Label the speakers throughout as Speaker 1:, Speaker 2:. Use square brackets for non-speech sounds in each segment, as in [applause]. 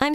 Speaker 1: I'm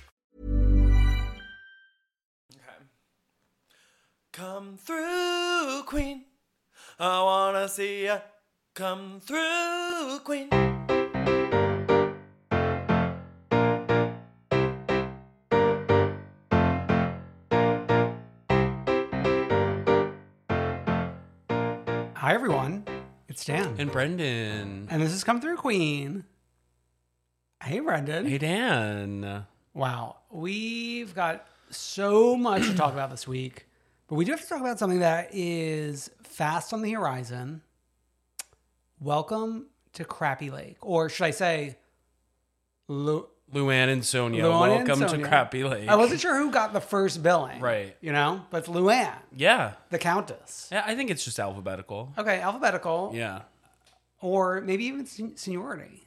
Speaker 2: Come through, Queen. I wanna see ya. Come through, Queen.
Speaker 3: Hi, everyone. It's Dan.
Speaker 2: And Brendan.
Speaker 3: And this is Come Through Queen. Hey, Brendan.
Speaker 2: Hey, Dan.
Speaker 3: Wow. We've got so much to talk about this week, but we do have to talk about something that is fast on the horizon. Welcome to Crappy Lake, or should I say, Lu-
Speaker 2: Luann and Sonia,
Speaker 3: Luann and
Speaker 2: welcome to
Speaker 3: Sonia.
Speaker 2: Crappy Lake.
Speaker 3: I wasn't sure who got the first billing.
Speaker 2: Right.
Speaker 3: You know, but it's Luann,
Speaker 2: Yeah.
Speaker 3: the Countess.
Speaker 2: Yeah, I think it's just alphabetical.
Speaker 3: Okay, alphabetical,
Speaker 2: Yeah.
Speaker 3: or maybe even sen- seniority. Mm-hmm.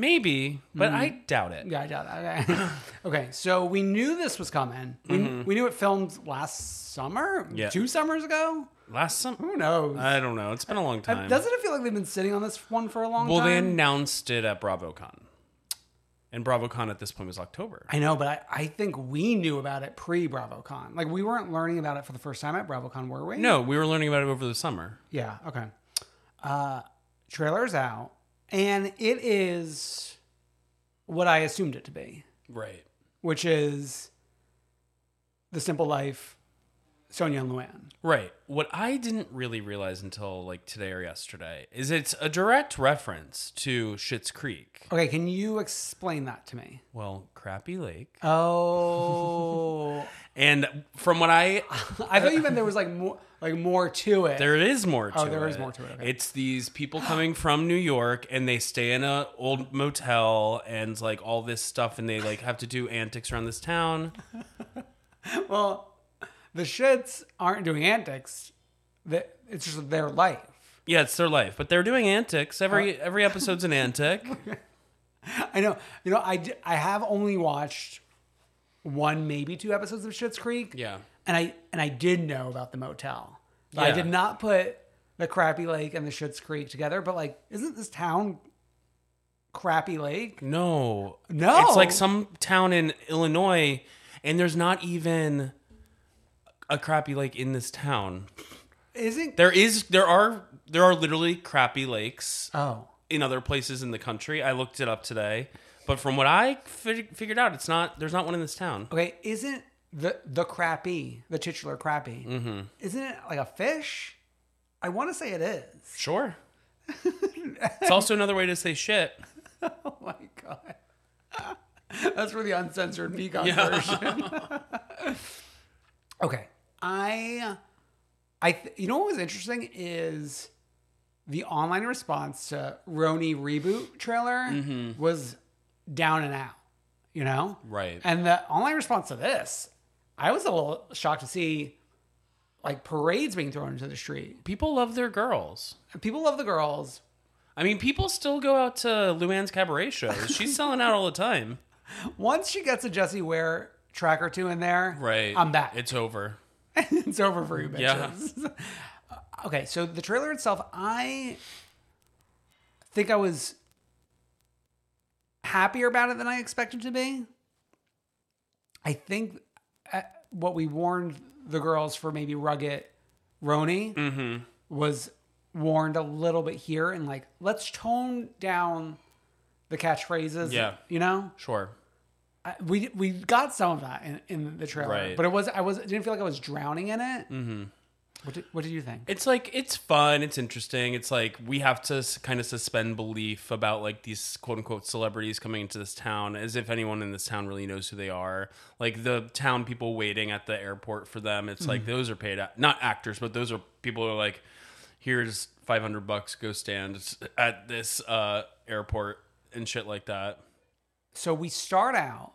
Speaker 2: Maybe, but I doubt it.
Speaker 3: Yeah, I doubt that. Okay. [laughs] okay, so we knew this was coming. We, we knew it filmed last summer,
Speaker 2: Mm-hmm. Yeah.
Speaker 3: two summers ago.
Speaker 2: Last summer?
Speaker 3: Who knows?
Speaker 2: I don't know. It's been a long time.
Speaker 3: Uh, Doesn't it feel like they've been sitting on this one for a long
Speaker 2: well,
Speaker 3: time?
Speaker 2: they announced it at BravoCon. And BravoCon at this point was October.
Speaker 3: I know, but I, I think we knew about it pre BravoCon. Like we weren't learning about it for the first time at BravoCon, were we?
Speaker 2: No, we were learning about it over the summer.
Speaker 3: Yeah. Okay. Uh, trailer's out, and it is what I assumed it to be,
Speaker 2: Right.
Speaker 3: which is the simple life, Sonia and Luann.
Speaker 2: Right. What I didn't really realize until like today or yesterday is it's a direct reference to Schitt's Creek.
Speaker 3: Okay, can you explain that to me?
Speaker 2: Well, Crappy Lake.
Speaker 3: Oh,
Speaker 2: [laughs] And from what I
Speaker 3: I thought you meant there was like more, like more to it.
Speaker 2: there is more to
Speaker 3: Oh,
Speaker 2: it.
Speaker 3: there is more to it, okay.
Speaker 2: It's these people coming from New York and they stay in a old motel and like all this stuff and they like have to do antics around this town.
Speaker 3: [laughs] Well, the shits aren't doing antics. Th- It's just their life.
Speaker 2: Yeah, it's their life, but they're doing antics. Every every episode's an antic.
Speaker 3: [laughs] I know. You know, I, d- I have only watched one, maybe two episodes of Shits Creek.
Speaker 2: Yeah.
Speaker 3: And I and I did know about the motel. But I
Speaker 2: Yeah.
Speaker 3: did not put the Crappy Lake and the Shits Creek together. But like, isn't this town Crappy Lake?
Speaker 2: No.
Speaker 3: No.
Speaker 2: It's like some town in Illinois, and there's not even a crappy lake in this town.
Speaker 3: Isn't
Speaker 2: There is, there are, there are literally crappy lakes
Speaker 3: Oh.
Speaker 2: in other places in the country. I looked it up today, but from what I fig- figured out, it's not. There's not one in this town.
Speaker 3: Okay, isn't the the crappy, the titular crappy,
Speaker 2: Mm-hmm.
Speaker 3: isn't it like a fish? I want to say it is. [laughs]
Speaker 2: Sure. it's also another way to say shit.
Speaker 3: Oh my god. [laughs] That's for the uncensored peacock version.
Speaker 2: [laughs]
Speaker 3: [laughs] okay. I I th- you know what was interesting is the online response to Roni reboot trailer
Speaker 2: Mm-hmm.
Speaker 3: was down and out, you know?
Speaker 2: Right.
Speaker 3: And the online response to this, I was a little shocked to see like parades being thrown into the street.
Speaker 2: People love their girls.
Speaker 3: People love the girls. [laughs]
Speaker 2: I mean, people still go out to Luann's cabaret shows. She's selling out all the time.
Speaker 3: Once she gets a Jesse Ware track or two in there,
Speaker 2: Right.
Speaker 3: I'm back.
Speaker 2: It's over.
Speaker 3: [laughs] it's over for you
Speaker 2: Yeah.
Speaker 3: bitches. [laughs] Uh, okay, so the trailer itself, I think I was happier about it than I expected to be. I think uh, what we warned the girls for maybe rugged Roni
Speaker 2: Mm-hmm.
Speaker 3: was warned a little bit here and like let's tone down the catchphrases.
Speaker 2: Yeah.
Speaker 3: you know,
Speaker 2: Sure.
Speaker 3: I, we we got some of that in, in the trailer,
Speaker 2: Right.
Speaker 3: but it was I was it didn't feel like I was drowning in it. Mm-hmm. What did, what did you think?
Speaker 2: It's like it's fun. It's interesting. It's like we have to kind of suspend belief about like these quote unquote celebrities coming into this town, as if anyone in this town really knows who they are. Like the town people waiting at the airport for them. It's
Speaker 3: Mm-hmm.
Speaker 2: like those are paid act- not actors, but those are people who are like, here's five hundred bucks. Go stand at this uh, airport and shit like that.
Speaker 3: So we start out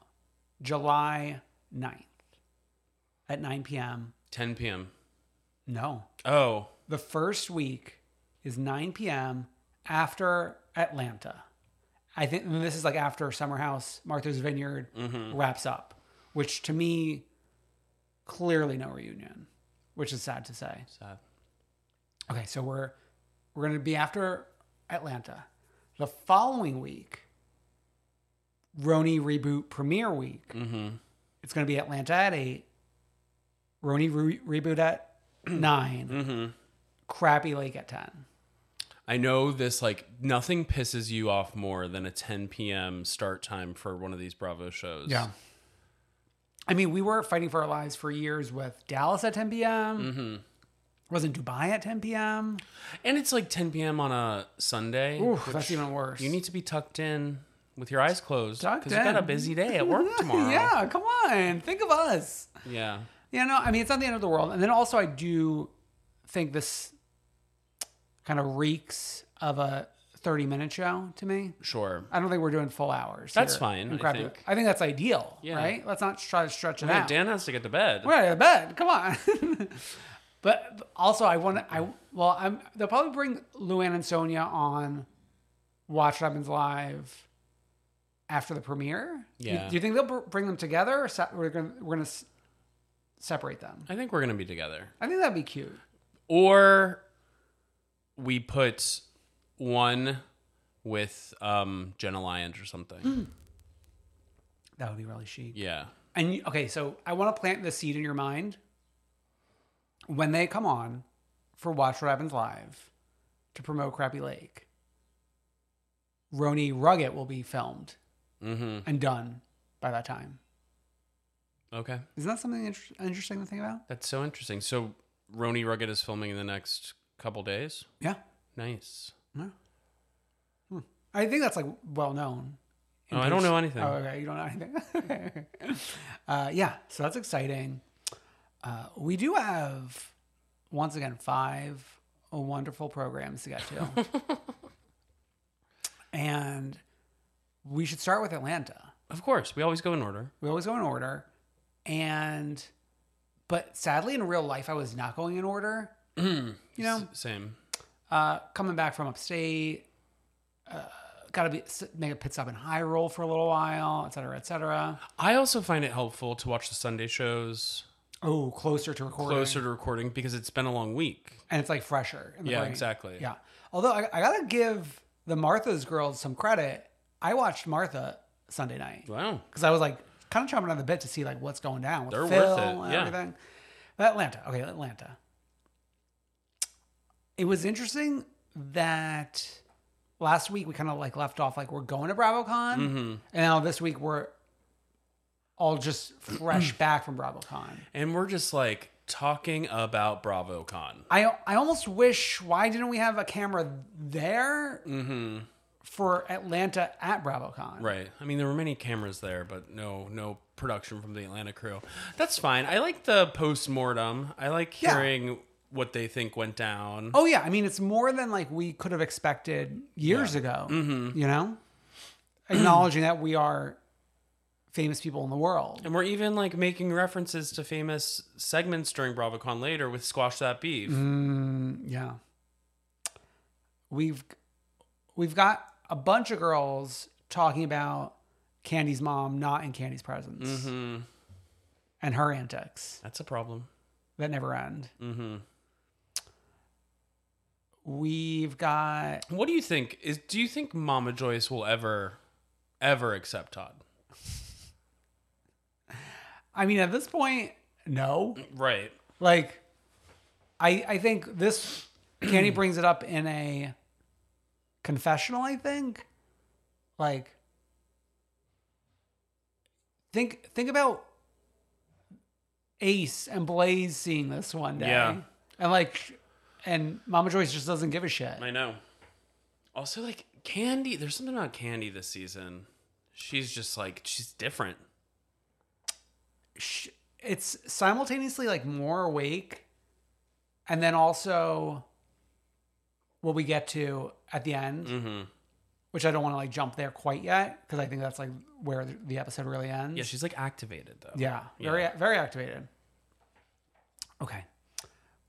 Speaker 3: July 9th at 9 p.m.
Speaker 2: 10 p.m.
Speaker 3: No,
Speaker 2: Oh,
Speaker 3: the first week is 9 p.m. after Atlanta. I think and this is like after Summer House, Martha's Vineyard
Speaker 2: Mm-hmm.
Speaker 3: wraps up, which to me, clearly no reunion, which is sad to say.
Speaker 2: sad.
Speaker 3: Okay, so we're we're gonna be after Atlanta. The following week, Roni reboot premiere week.
Speaker 2: Mm-hmm.
Speaker 3: It's gonna be Atlanta at eight. Roni re- reboot at [clears throat] 9 Crappy Lake at ten.
Speaker 2: Mm-hmm. I know this like nothing pisses you off more than a 10 p.m. start time for one of these Bravo shows.
Speaker 3: I mean, we were fighting for our lives for years with Dallas at 10 p.m. Wasn't Dubai at 10 p.m.?
Speaker 2: Mm-hmm. And it's like 10 p.m. on a Sunday.
Speaker 3: Ooh,
Speaker 2: which
Speaker 3: that's even worse.
Speaker 2: You need to be tucked in with your eyes closed
Speaker 3: Tucked
Speaker 2: because you got a
Speaker 3: in.
Speaker 2: busy day
Speaker 3: [laughs]
Speaker 2: at work tomorrow.
Speaker 3: yeah, come on, think of us.
Speaker 2: Yeah.
Speaker 3: Yeah, no, I mean it's not the end of the world. And then also I do think this kind of reeks of a 30 minute show to me.
Speaker 2: Sure.
Speaker 3: I don't think we're doing full hours.
Speaker 2: That's
Speaker 3: here
Speaker 2: fine,
Speaker 3: in
Speaker 2: I
Speaker 3: Crappy
Speaker 2: think.
Speaker 3: Hook. I think that's ideal,
Speaker 2: Yeah.
Speaker 3: right? Let's not try to stretch it
Speaker 2: Yeah,
Speaker 3: out.
Speaker 2: Dan has to get to bed.
Speaker 3: we're out of bed. Come on. [laughs] but also I want to I well, I'm they'll probably bring Luann and Sonia on Watch What Happens Live after the premiere. You-
Speaker 2: Yeah.
Speaker 3: do you think they'll br- bring them together or se- we're going to we're going to s- separate them?
Speaker 2: I think we're going to be together.
Speaker 3: I think that'd be cute.
Speaker 2: Or we put one with um, Jenna Lyons or something.
Speaker 3: Mm. That would be really chic.
Speaker 2: Yeah.
Speaker 3: And you, okay, so I want to plant the seed in your mind. When they come on for Watch What Happens Live to promote Crappy Lake, Roni Ruggett will be filmed
Speaker 2: Mm-hmm.
Speaker 3: and done by that time.
Speaker 2: Okay.
Speaker 3: Isn't that something inter- interesting to think about?
Speaker 2: That's so interesting. So Roni Rugged is filming in the next couple days.
Speaker 3: Yeah. Hmm.
Speaker 2: Nice.
Speaker 3: I think that's like well known. in
Speaker 2: Oh, I don't
Speaker 3: Bruce-
Speaker 2: know anything.
Speaker 3: Oh, okay. You don't know anything. [laughs] uh, yeah. So that's exciting. Uh, we do have, once again, five wonderful programs to get to.
Speaker 2: [laughs]
Speaker 3: and we should start with Atlanta.
Speaker 2: Of course, we always go in order.
Speaker 3: We always go in order. And, but sadly, in real life, I was not going in order. you know,
Speaker 2: Mm-hmm. S- same.
Speaker 3: uh, coming back from upstate, uh, got to be s- make a pit stop in high roll for a little while, et cetera, et cetera.
Speaker 2: I also find it helpful to watch the Sunday shows
Speaker 3: Oh, closer to recording,
Speaker 2: closer to recording because it's been a long week.
Speaker 3: and it's like fresher. In the
Speaker 2: Yeah,
Speaker 3: brain.
Speaker 2: exactly.
Speaker 3: Yeah. Although I, I gotta give the Martha's girls some credit. I watched Martha Sunday night
Speaker 2: Wow.
Speaker 3: because I was like kind of chomping on the bit to see like what's going down. With
Speaker 2: They're worth
Speaker 3: Phil
Speaker 2: it,
Speaker 3: And
Speaker 2: yeah.
Speaker 3: Everything. But Atlanta. Okay, Atlanta. It was interesting that last week we kind of like left off like we're going to BravoCon,
Speaker 2: Mm-hmm.
Speaker 3: and now this week we're all just
Speaker 2: [clears throat]
Speaker 3: fresh back from BravoCon.
Speaker 2: And we're just like talking about BravoCon.
Speaker 3: I I almost wish why didn't we have a camera there for Atlanta at BravoCon?
Speaker 2: Mm-hmm. Right. I mean, there were many cameras there, but no, no production from the Atlanta crew. That's fine. I like the post mortem. I like
Speaker 3: Yeah.
Speaker 2: hearing what they think went down.
Speaker 3: Oh yeah, I mean it's more than like we could have expected years ago.
Speaker 2: Mm-hmm.
Speaker 3: You know, acknowledging that we are famous people in the world.
Speaker 2: And we're even like making references to famous segments during BravoCon later with Squash That Beef.
Speaker 3: Mm, Yeah, we've we've got a bunch of girls talking about Candy's mom not in Candy's presence and her antics
Speaker 2: Mm-hmm. That's a problem.
Speaker 3: that never end.
Speaker 2: Mm-hmm.
Speaker 3: We've got
Speaker 2: What do you think? Is do you think Mama Joyce will ever, ever accept Todd?
Speaker 3: I mean at this point, no.
Speaker 2: Right.
Speaker 3: Like I I think this [clears throat] Candy brings it up in a confessional, I think. Like think think about Ace and Blaze seeing this one day.
Speaker 2: Yeah.
Speaker 3: And like and Mama Joyce just doesn't give a shit.
Speaker 2: I know. Also, like Candy, there's something about Candy this season. She's just like she's different.
Speaker 3: sh- it's simultaneously like more awake and then also what we get to at the end
Speaker 2: Mm-hmm.
Speaker 3: which i don't want to like jump there quite yet because i think that's like where th- the episode really ends
Speaker 2: Yeah, she's like activated though.
Speaker 3: yeah very very activated okay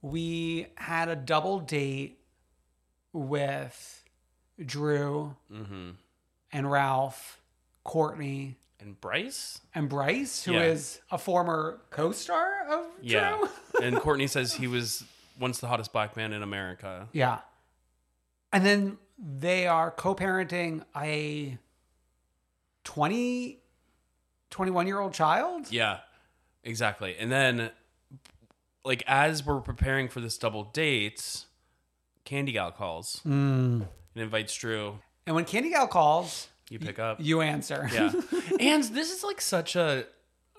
Speaker 3: we had a double date with drew
Speaker 2: Mm-hmm.
Speaker 3: and ralph courtney
Speaker 2: And Bryce.
Speaker 3: and bryce who is
Speaker 2: Yeah.
Speaker 3: a former co-star of
Speaker 2: Yeah. [laughs]
Speaker 3: drew
Speaker 2: and Courtney says he was once the hottest black man in America.
Speaker 3: [laughs] Yeah. And then they are co-parenting a 20 21 year old child.
Speaker 2: Yeah, exactly. And then, like, as we're preparing for this double date, Candy Gal calls and invites Drew.
Speaker 3: And when Candy Gal calls,
Speaker 2: You pick up.
Speaker 3: you answer. [laughs]
Speaker 2: Yeah. and this is like such a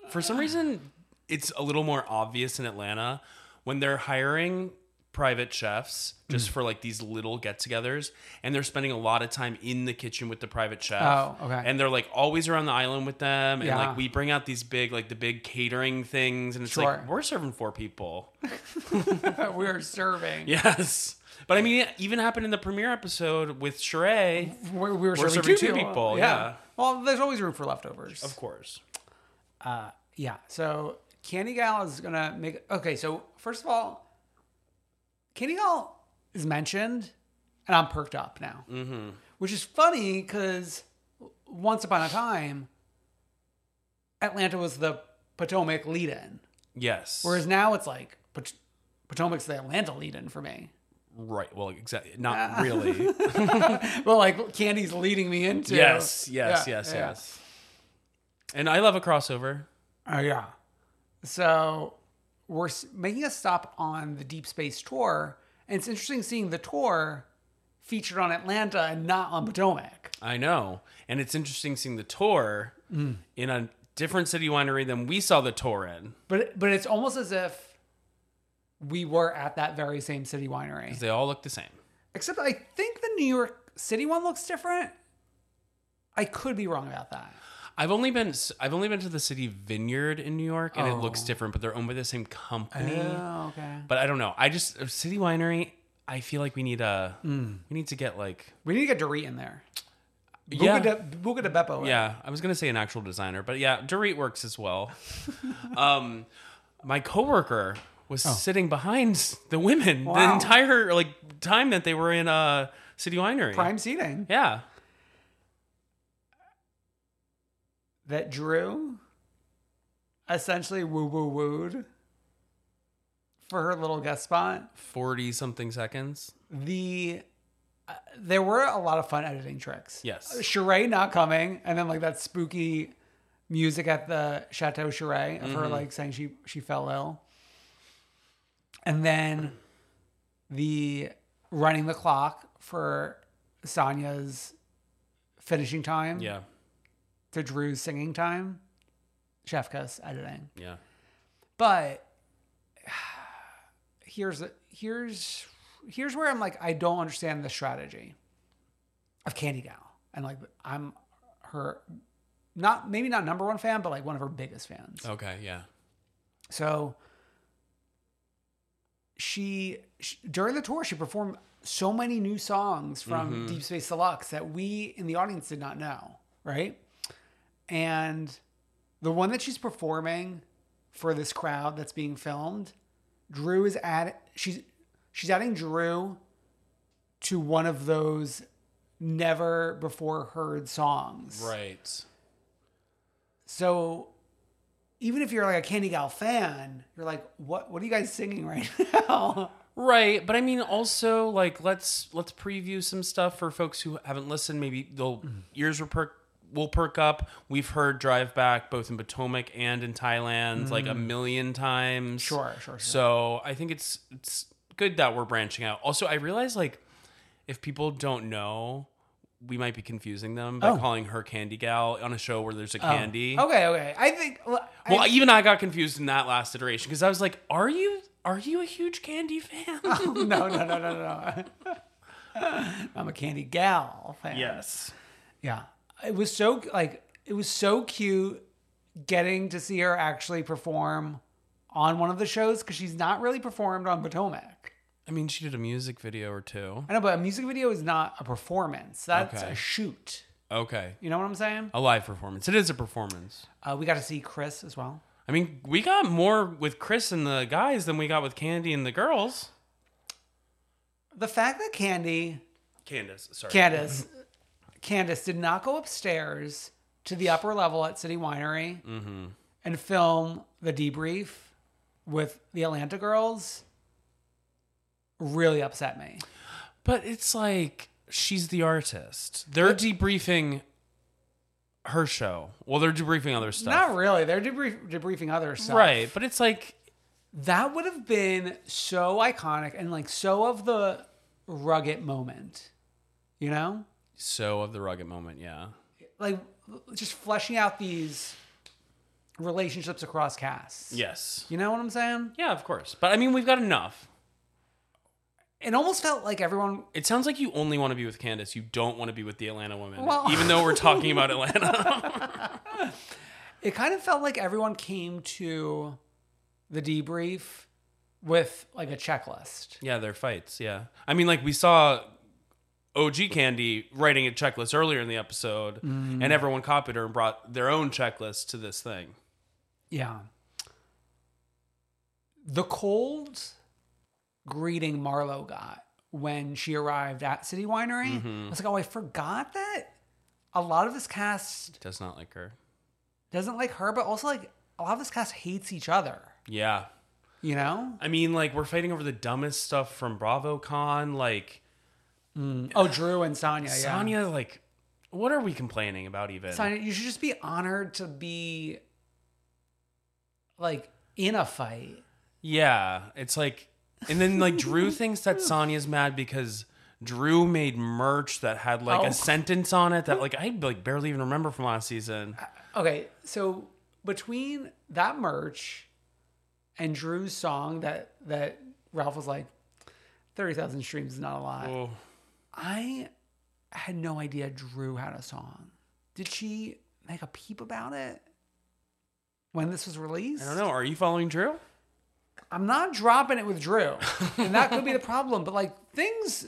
Speaker 2: for some reason it's a little more obvious in Atlanta when they're hiring private chefs just for like these little get-togethers and they're spending a lot of time in the kitchen with the private chef.
Speaker 3: Oh, okay.
Speaker 2: And they're like always around the island with them and
Speaker 3: Yeah.
Speaker 2: like we bring out these big like the big catering things and it's
Speaker 3: Sure.
Speaker 2: like we're serving four people.
Speaker 3: [laughs] We're serving.
Speaker 2: Yes. But I mean, it even happened in the premiere episode with Sheree,
Speaker 3: We we were, serving,
Speaker 2: serving
Speaker 3: two
Speaker 2: two
Speaker 3: people.
Speaker 2: people, yeah.
Speaker 3: Well, there's always room for leftovers. Uh,
Speaker 2: of course.
Speaker 3: Yeah. So Candy Gal is gonna make okay, so first of all, Candy Gal is mentioned and I'm perked up now. Mm-hmm. Which is funny because once upon a time, Atlanta was the Potomac lead in.
Speaker 2: Yes.
Speaker 3: Whereas now it's like Pot- Potomac's the Atlanta lead in for me.
Speaker 2: right. Well, exactly. Not really.
Speaker 3: [laughs] Well, like Candy's leading me into
Speaker 2: Yes, yes,
Speaker 3: Yeah,
Speaker 2: yes,
Speaker 3: yeah.
Speaker 2: yes. And I love a crossover.
Speaker 3: Oh yeah. So we're s- making a stop on the Deep Space tour, and it's interesting seeing the tour featured on Atlanta and not on Potomac.
Speaker 2: I know. And it's interesting seeing the tour in a different city winery than we saw the tour in.
Speaker 3: But but it's almost as if we were at that very same city winery.
Speaker 2: 'cause They all look the same.
Speaker 3: Except I think the New York City one looks different. I could be wrong about that.
Speaker 2: I've only been I've only been to the city Vineyard in New York and it looks different, but they're owned by the same company.
Speaker 3: Oh, okay.
Speaker 2: But I don't know. I just uh, city winery, I feel like we need a we need to get like
Speaker 3: We need to get Dorit in there. Buca
Speaker 2: Yeah.
Speaker 3: de, Buca de Beppo. in.
Speaker 2: Yeah, I was gonna say an actual designer, but yeah, Dorit works as well. um, my coworker was sitting behind the women the
Speaker 3: Oh. Wow.
Speaker 2: entire like time that they were in uh City Winery.
Speaker 3: Prime seating.
Speaker 2: Yeah,
Speaker 3: that Drew essentially woo woo wooed for her little guest spot.
Speaker 2: forty something seconds.
Speaker 3: The uh, there were a lot of fun editing tricks.
Speaker 2: Yes.
Speaker 3: Sheree not coming, and then like that spooky music at the Chateau Sheree of
Speaker 2: Mm-hmm.
Speaker 3: her like saying she she fell ill, and then the running the clock for Sonya's finishing time
Speaker 2: Yeah,
Speaker 3: to Drew's singing time. Chef Kiss editing.
Speaker 2: yeah.
Speaker 3: But [sighs] here's here's here's where I'm like I don't understand the strategy of Candy Gal, and like I'm her not maybe not number one fan, but like one of her biggest fans.
Speaker 2: Okay, yeah.
Speaker 3: So she, sh during the tour she performed so many new songs from Deep Space Deluxe that we in the audience did not know, right? And the one that she's performing for this crowd that's being filmed, Drew is add she's she's adding Drew to one of those never before heard songs
Speaker 2: Right.
Speaker 3: So even if you're like a Candy Gal fan, you're like, what what are you guys singing right [laughs] now?
Speaker 2: Right, but I mean also like let's let's preview some stuff for folks who haven't listened. Maybe they'll ears will perk will perk up. We've heard Drive Back both in Potomac and in Thailand like a million times.
Speaker 3: Sure, sure, sure.
Speaker 2: So I think it's it's good that we're branching out. Also, I realize like if people don't know, we might be confusing them by
Speaker 3: Oh.
Speaker 2: calling her Candy Gal on a show where there's a candy.
Speaker 3: Okay, okay. I think well, I-
Speaker 2: Well, even I got confused in that last iteration because I was like, "Are you are you a huge candy
Speaker 3: [laughs]
Speaker 2: fan?"
Speaker 3: Oh, no, no, no, no, no. [laughs] I'm a Candy Gal fan.
Speaker 2: yes.
Speaker 3: Yeah. It was so like it was so cute getting to see her actually perform on one of the shows because she's not really performed on Potomac.
Speaker 2: I mean, she did a music video or two.
Speaker 3: I know, but a music video is not a performance. That's
Speaker 2: Okay.
Speaker 3: a shoot.
Speaker 2: Okay.
Speaker 3: You know what I'm saying?
Speaker 2: A live performance. It is a performance.
Speaker 3: Uh, we got to see Chris as well.
Speaker 2: I mean, we got more with Chris and the guys than we got with Candy and the girls.
Speaker 3: The fact that Candy,
Speaker 2: Candace, sorry. [laughs]
Speaker 3: Candace, Candace did not go upstairs to the upper level at City Winery
Speaker 2: Mm-hmm.
Speaker 3: and film the debrief with the Atlanta girls really upset me.
Speaker 2: But it's like she's the artist. They're debriefing her show. Well, they're debriefing other stuff.
Speaker 3: Not really. They're debrief- debriefing other stuff.
Speaker 2: Right, but it's like
Speaker 3: That would have been so iconic and like so of the rugged moment, you know?
Speaker 2: so of the rugged moment, yeah.
Speaker 3: Like just fleshing out these relationships across casts.
Speaker 2: Yes.
Speaker 3: You know what I'm saying?
Speaker 2: Yeah, of course. But I mean, we've got enough.
Speaker 3: It almost felt like everyone.
Speaker 2: It sounds like you only want to be with Candace. You don't want to be with the Atlanta women,
Speaker 3: Well- [laughs]
Speaker 2: even though we're talking about Atlanta.
Speaker 3: It kind of felt like everyone came to the debrief with like a checklist.
Speaker 2: Yeah, their fights. Yeah, I mean, like we saw OG Candy writing a checklist earlier in the episode,
Speaker 3: Mm.
Speaker 2: and everyone copied her and brought their own checklist to this thing.
Speaker 3: Yeah. The cold greeting Marlo got when she arrived at City Winery,
Speaker 2: Mm-hmm.
Speaker 3: I was like, oh, I forgot that a lot of this cast
Speaker 2: Does not like her.
Speaker 3: doesn't like her, but also like a lot of this cast hates each other.
Speaker 2: Yeah,
Speaker 3: You know?
Speaker 2: I mean, like we're fighting over the dumbest stuff from BravoCon. Like
Speaker 3: Oh, Drew and Sonya. Yeah.
Speaker 2: Sonya, like what are we complaining about? Even
Speaker 3: Sonya, you should just be honored to be like in a fight.
Speaker 2: yeah, it's like, and then like [laughs] Drew thinks that Sonya's mad because. Drew made merch that had like
Speaker 3: Oh.
Speaker 2: a sentence on it that like I like barely even remember from last season.
Speaker 3: Okay, so between that merch and Drew's song that that Ralph was like, thirty thousand streams is not a lot.
Speaker 2: Oh.
Speaker 3: I had no idea Drew had a song. Did she make a peep about it when this was released?
Speaker 2: I don't know. Are you following Drew?
Speaker 3: I'm not dropping it with Drew, and that could be the problem. But like things,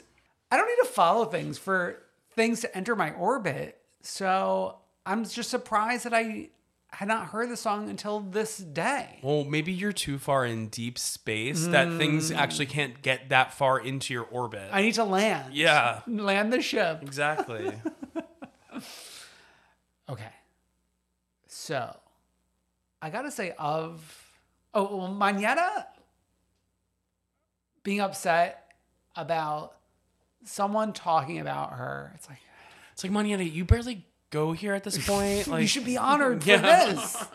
Speaker 3: I don't need to follow things for things to enter my orbit. So I'm just surprised that I had not heard the song until this day.
Speaker 2: Well, maybe you're too far in deep space that things actually can't get that far into your orbit.
Speaker 3: Hmm. I need to land.
Speaker 2: Yeah.
Speaker 3: land the ship.
Speaker 2: exactly.
Speaker 3: [laughs] Okay. So I gotta say, of oh, well, Manetta being upset about someone talking about her. It's like.
Speaker 2: it's like, Manietta, you barely go here at this point. Like,
Speaker 3: [laughs] you should be honored
Speaker 2: [laughs]
Speaker 3: for
Speaker 2: Yeah.
Speaker 3: this.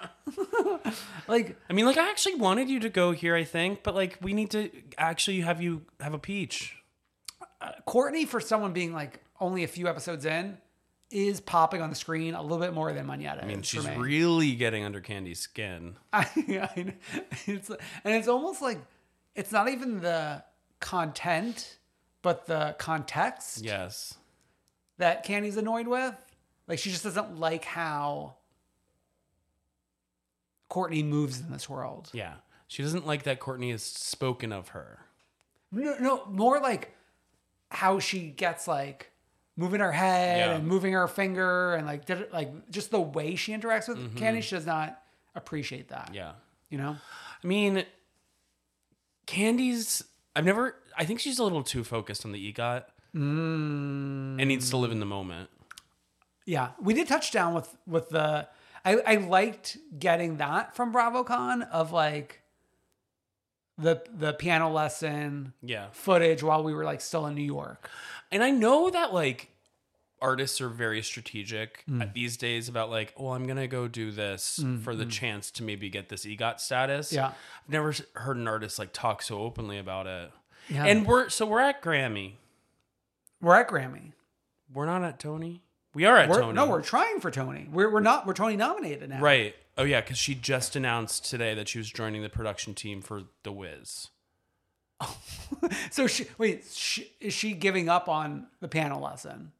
Speaker 3: [laughs] like,
Speaker 2: I mean, like, I actually wanted you to go here, I think, but like, we need to actually have you have a peach.
Speaker 3: Courtney, for someone being like only a few episodes in, is popping on the screen a little bit more than Manetta.
Speaker 2: I mean, she's
Speaker 3: for me.
Speaker 2: really getting under Candy's skin.
Speaker 3: [laughs] I, I know. it's, and it's almost like it's not even the content, but the context
Speaker 2: Yes.
Speaker 3: that Candy's annoyed with. Like, she just doesn't like how Courtney moves in this world.
Speaker 2: Yeah. She doesn't like that Courtney has spoken of her.
Speaker 3: No, no, more like how she gets like moving her head
Speaker 2: Yeah.
Speaker 3: and moving her finger and like did it, like just the way she interacts with Candy. She does not appreciate that.
Speaker 2: Mm-hmm. Yeah.
Speaker 3: you know.
Speaker 2: I mean, Candy's. I've never. I think she's a little too focused on the EGOT
Speaker 3: Mm.
Speaker 2: and needs to live in the moment.
Speaker 3: Yeah, we did touch down with with the. I, I liked getting that from BravoCon of like the the piano lesson
Speaker 2: Yeah.
Speaker 3: footage while we were like still in New York.
Speaker 2: And I know that like artists are very strategic uh, these days about like, well, I'm gonna go do this for the chance to maybe get this EGOT status.
Speaker 3: Mm-hmm. Yeah.
Speaker 2: I've never s- heard an artist like talk so openly about it.
Speaker 3: Yeah.
Speaker 2: And we're so we're at Grammy.
Speaker 3: We're at Grammy.
Speaker 2: We're not at Tony. We are at
Speaker 3: We're-
Speaker 2: Tony.
Speaker 3: No, we're trying for Tony. We're, we're not. We're Tony nominated now.
Speaker 2: right. Oh yeah, because she just announced today that she was joining the production team for The Wiz.
Speaker 3: [laughs] So she, wait, she, is she giving up on the piano lesson?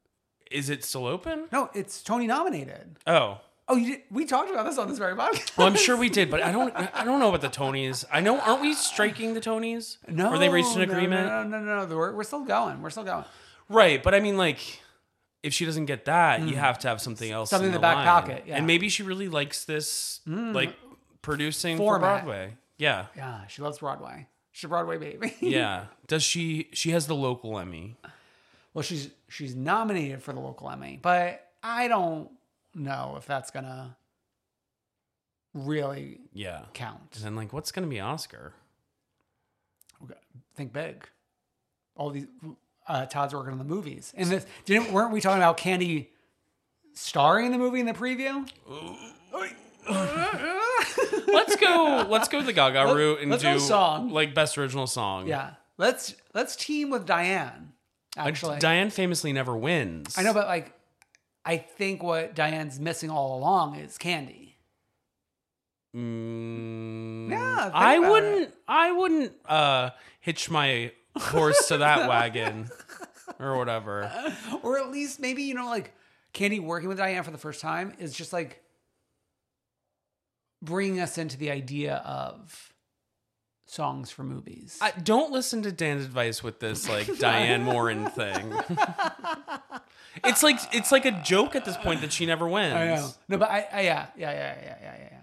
Speaker 2: Is it still open?
Speaker 3: No, it's Tony nominated.
Speaker 2: Oh.
Speaker 3: Oh, you did, we talked about this on this very podcast.
Speaker 2: Well, I'm sure we did, but I don't. I don't know about the Tonys. I know. Aren't we striking the Tonys?
Speaker 3: No,
Speaker 2: Or they reached an
Speaker 3: no, no,
Speaker 2: agreement?
Speaker 3: No, no, no, no. We're, we're still going. We're still going.
Speaker 2: Right, but I mean, like, if she doesn't get that, you have to have something else,
Speaker 3: Hmm. Something
Speaker 2: in
Speaker 3: in
Speaker 2: the,
Speaker 3: the back
Speaker 2: line.
Speaker 3: pocket, yeah. Hmm.
Speaker 2: And maybe she really likes this, like, producing
Speaker 3: Format.
Speaker 2: for Broadway. Yeah,
Speaker 3: Yeah, she loves Broadway. She's a Broadway baby. [laughs]
Speaker 2: yeah. Does she? She has the local Emmy.
Speaker 3: Well, she's she's nominated for the local Emmy, but I don't know if that's gonna really
Speaker 2: Yeah.
Speaker 3: count.
Speaker 2: And like, what's gonna be Oscar?
Speaker 3: Think big. All these uh, Todd's working on the movies, and this didn't weren't we talking about Candy starring in the movie in the preview?
Speaker 2: [laughs] Let's go. let's go the Gaga route and
Speaker 3: let's
Speaker 2: do
Speaker 3: go song.
Speaker 2: like best original song.
Speaker 3: yeah, let's let's team with Diane.
Speaker 2: Like,
Speaker 3: Actually,
Speaker 2: Diane famously never wins.
Speaker 3: I know, but like, I think what Diane's missing all along is Candy.
Speaker 2: Mm,
Speaker 3: Yeah, think
Speaker 2: I
Speaker 3: about it.
Speaker 2: wouldn't. I wouldn't uh, hitch my horse to [laughs] that wagon or whatever.
Speaker 3: [laughs] or at least maybe you know like candy working with diane for the first time is just like bringing us into the idea of songs for movies
Speaker 2: I, don't listen to Dan's advice with this like Diane Warren thing. it's like it's like a joke at this point that she never wins.
Speaker 3: I know no but i, I yeah yeah yeah yeah yeah yeah yeah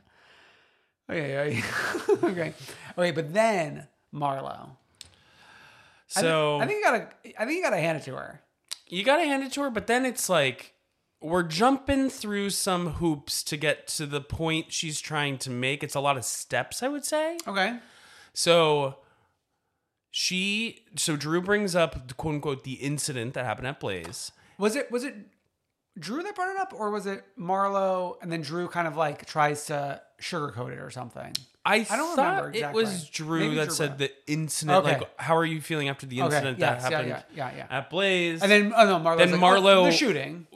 Speaker 3: Oh, yeah, yeah, yeah. [laughs] okay okay but then marlo I thi-
Speaker 2: So
Speaker 3: I, think you gotta i think you gotta hand it to her
Speaker 2: you gotta hand it to her, but then it's like we're jumping through some hoops to get to the point she's trying to make. It's a lot of steps, I would say.
Speaker 3: okay
Speaker 2: So she so Drew brings up quote unquote the incident that happened at Blaze.
Speaker 3: was it was it drew that brought it up or was it marlo and then drew kind of like tries to sugarcoat it or something
Speaker 2: I,
Speaker 3: don't
Speaker 2: thought
Speaker 3: remember
Speaker 2: it
Speaker 3: exactly.
Speaker 2: was Drew
Speaker 3: Maybe
Speaker 2: that
Speaker 3: Drew
Speaker 2: said
Speaker 3: brought
Speaker 2: the incident.
Speaker 3: Okay.
Speaker 2: Like, how are you feeling after the
Speaker 3: Okay,
Speaker 2: incident
Speaker 3: yes,
Speaker 2: that
Speaker 3: yeah,
Speaker 2: happened
Speaker 3: yeah, yeah, yeah.
Speaker 2: at Blaze?
Speaker 3: And then, oh no, Marlo's
Speaker 2: Then
Speaker 3: like,
Speaker 2: Marlo-
Speaker 3: oh, the shooting.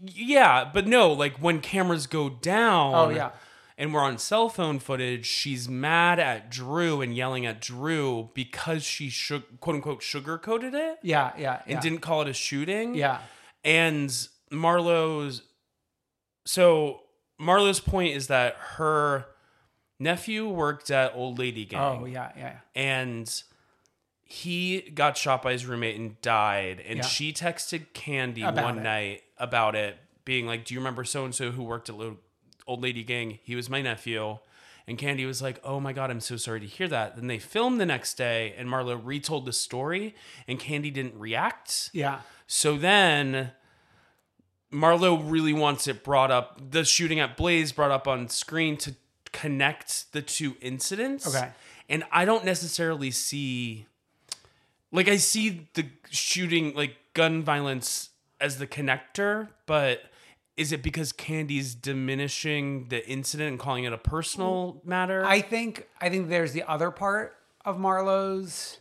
Speaker 2: yeah, but no, like when cameras go down.
Speaker 3: Oh yeah,
Speaker 2: and we're on cell phone footage, she's mad at Drew and yelling at Drew because she shook, quote unquote sugarcoated it
Speaker 3: yeah, yeah,
Speaker 2: and
Speaker 3: yeah.
Speaker 2: didn't call it a shooting.
Speaker 3: yeah,
Speaker 2: And Marlowe's so Marlowe's point is that her nephew worked at Old Lady Gang.
Speaker 3: oh yeah, yeah,
Speaker 2: And he got shot by his roommate and died. And
Speaker 3: Yeah.
Speaker 2: she texted Candy
Speaker 3: About
Speaker 2: one
Speaker 3: it.
Speaker 2: night about it, being like, Do you remember so and so who worked at Lo- Old Lady Gang? He was my nephew. And Candy was like, Oh my God, I'm so sorry to hear that. Then they filmed the next day, and Marlo retold the story, and Candy didn't react.
Speaker 3: yeah,
Speaker 2: So then Marlo really wants it brought up, the shooting at Blaze brought up on screen to connect the two incidents.
Speaker 3: Okay.
Speaker 2: And I don't necessarily see like I see the shooting like gun violence as the connector, but is it because Candy's diminishing the incident and calling it a personal matter?
Speaker 3: I think I think there's the other part of Marlo's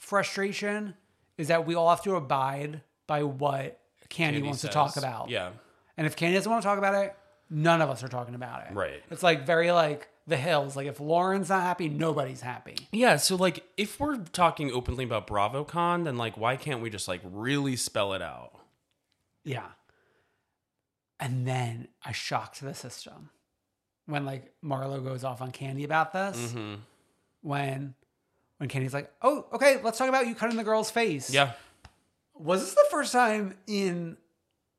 Speaker 3: frustration is that we all have to abide by what Candy,
Speaker 2: Candy
Speaker 3: wants
Speaker 2: says.
Speaker 3: to talk about.
Speaker 2: Yeah.
Speaker 3: and if Candy doesn't want to talk about it, none of us are talking about it.
Speaker 2: Right.
Speaker 3: It's like very like the hills. Like if Lauren's not happy, nobody's happy.
Speaker 2: Yeah, so like if we're talking openly about BravoCon, then like why can't we just like really spell it out?
Speaker 3: Yeah. And then a shock to the system when like Marlo goes off on Candy about this.
Speaker 2: Mm-hmm.
Speaker 3: When when Candy's like, "Oh, okay, let's talk about you cutting the girl's face."
Speaker 2: Yeah.
Speaker 3: Was this the first time in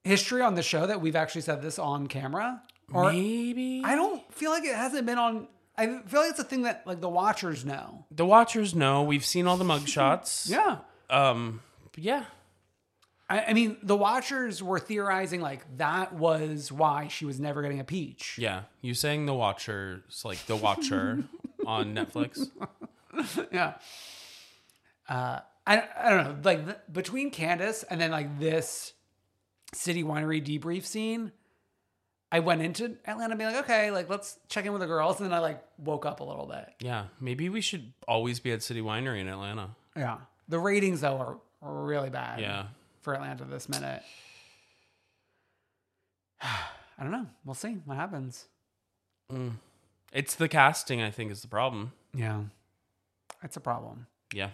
Speaker 3: history on the show that we've actually said this on camera? Or
Speaker 2: Maybe
Speaker 3: I don't feel like it hasn't been on. I feel like it's a thing that like the watchers know. [laughs]
Speaker 2: the Watchers know we've seen all the mugshots.
Speaker 3: Yeah.
Speaker 2: Um. but Yeah.
Speaker 3: I, I mean, the Watchers were theorizing like that was why she was never getting a peach.
Speaker 2: Yeah, you saying the Watchers, like the
Speaker 3: [laughs]
Speaker 2: Watcher on Netflix.
Speaker 3: yeah. Uh, I, I don't know. Like th- between Candace and then like this city winery debrief scene, I went into Atlanta being like, okay, like let's check in with the girls. And then I like woke up a little bit.
Speaker 2: Yeah, maybe we should always be at City Winery in Atlanta.
Speaker 3: Yeah. The ratings though are really bad.
Speaker 2: Yeah.
Speaker 3: For Atlanta this minute. [sighs] I don't know. We'll see what happens.
Speaker 2: Mm. It's the casting, I think, is the problem.
Speaker 3: Yeah. It's a problem.
Speaker 2: Yeah.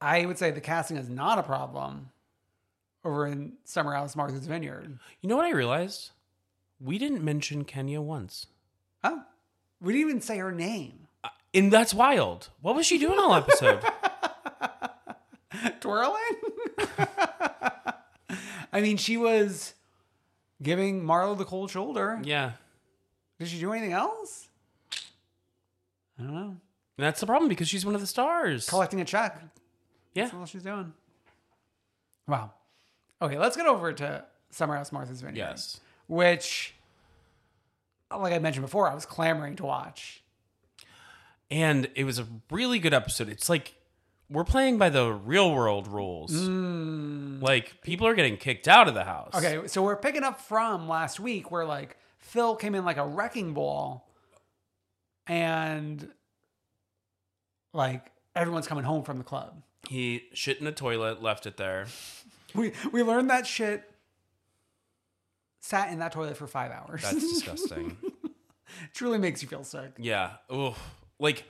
Speaker 3: I would say the casting is not a problem over in Summer Alice Martha's Vineyard.
Speaker 2: You know what I realized? We didn't mention Kenya once. Uh,
Speaker 3: Oh, we didn't even say her name.
Speaker 2: And that's wild. What was she doing all episode?
Speaker 3: [laughs] Twirling? [laughs] I mean, she was giving Marlo the cold shoulder.
Speaker 2: yeah.
Speaker 3: Did she do anything else? I don't know.
Speaker 2: And that's the problem because she's one of the stars.
Speaker 3: Collecting a check.
Speaker 2: Yeah.
Speaker 3: That's all she's doing. Wow. Okay, let's get over to Summer House Martha's Vineyard.
Speaker 2: Yes.
Speaker 3: Which, like I mentioned before, I was clamoring to watch.
Speaker 2: And it was a really good episode. It's like we're playing by the real world rules. Like people are getting kicked out of the house.
Speaker 3: Mm. Okay, so we're picking up from last week where like Phil came in like a wrecking ball and like everyone's coming home from the club.
Speaker 2: He shit in the toilet, left it there.
Speaker 3: [laughs] We we learned that shit sat in that toilet for 5 hours. [laughs]
Speaker 2: That's disgusting.
Speaker 3: Truly makes you feel sick.
Speaker 2: Yeah. Ugh. Like,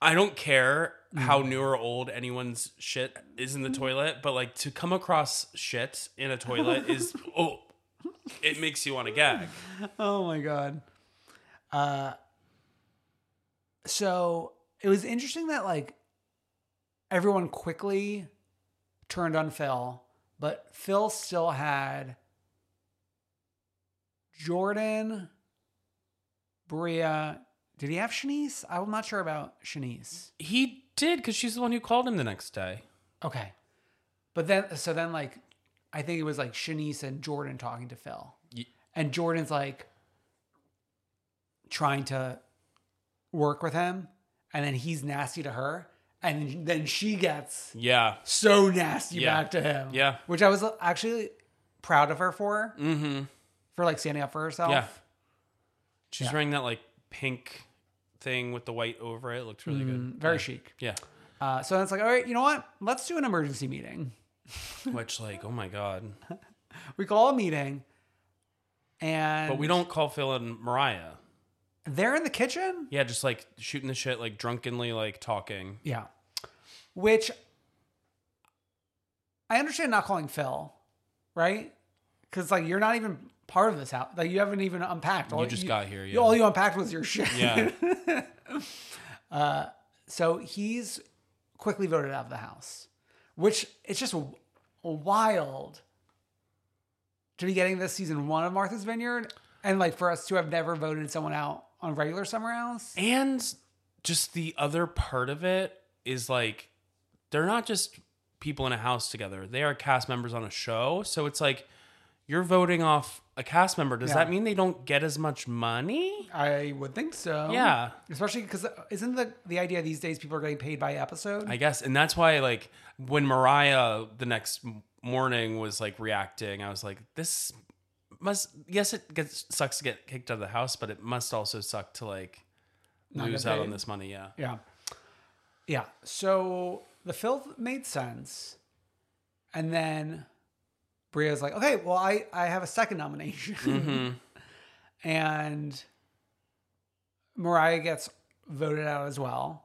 Speaker 2: I don't care how new or old anyone's shit is in the toilet, but like to come across shit in a toilet is [laughs] oh, it makes you want to gag.
Speaker 3: [laughs] Oh my god. Uh so it was interesting that like everyone quickly turned on Phil, but Phil still had Jordan, Bria. Did he have Shanice? I'm not sure about Shanice.
Speaker 2: He did because she's the one who called him the next day.
Speaker 3: Okay. But then so then like I think it was like Shanice and Jordan talking to Phil.
Speaker 2: Ye-
Speaker 3: And Jordan's like trying to work with him and then he's nasty to her and then she gets
Speaker 2: Yeah.
Speaker 3: so nasty
Speaker 2: Yeah.
Speaker 3: back to him.
Speaker 2: Yeah.
Speaker 3: Which I was actually proud of her for
Speaker 2: Mm-hmm.
Speaker 3: for like standing up for herself.
Speaker 2: Yeah. She's
Speaker 3: Yeah.
Speaker 2: wearing that like pink thing with the white over it. Looked really
Speaker 3: Mm,
Speaker 2: good.
Speaker 3: Very
Speaker 2: Yeah.
Speaker 3: chic.
Speaker 2: Yeah.
Speaker 3: Uh, so it's like, all right, you know what? Let's do an emergency meeting.
Speaker 2: Which like, oh my god.
Speaker 3: We call a meeting, and
Speaker 2: But we don't call Phil and Mariah.
Speaker 3: They're in the kitchen.
Speaker 2: Yeah, just like shooting the shit, like drunkenly, like talking.
Speaker 3: Yeah. Which I understand not calling Phil, right? Because like you're not even part of this house. Like you haven't even unpacked.
Speaker 2: You just got here, yeah.
Speaker 3: All you unpacked was your shit.
Speaker 2: Yeah.
Speaker 3: [laughs] uh, so he's quickly voted out of the house, which it's just w- wild to be getting this season one of Martha's Vineyard, and like for us to have never voted someone out on regular somewhere else.
Speaker 2: And just the other part of it is like they're not just people in a house together. They are cast members on a show. So it's like you're voting off a cast member. Does
Speaker 3: Yeah.
Speaker 2: that mean they don't get as much money?
Speaker 3: I would think so.
Speaker 2: Yeah.
Speaker 3: Especially because isn't the the idea these days people are getting paid by episode?
Speaker 2: I guess. And that's why like when Mariah the next m- morning was like reacting, I was like this must yes it gets sucks to get kicked out of the house, but it must also suck to like
Speaker 3: Not get
Speaker 2: lose out
Speaker 3: paid.
Speaker 2: on this money, yeah.
Speaker 3: yeah, yeah. So the filth made sense, and then Bria's like, "Okay, well, I I have a second nomination,"
Speaker 2: Mm-hmm.
Speaker 3: [laughs] and Mariah gets voted out as well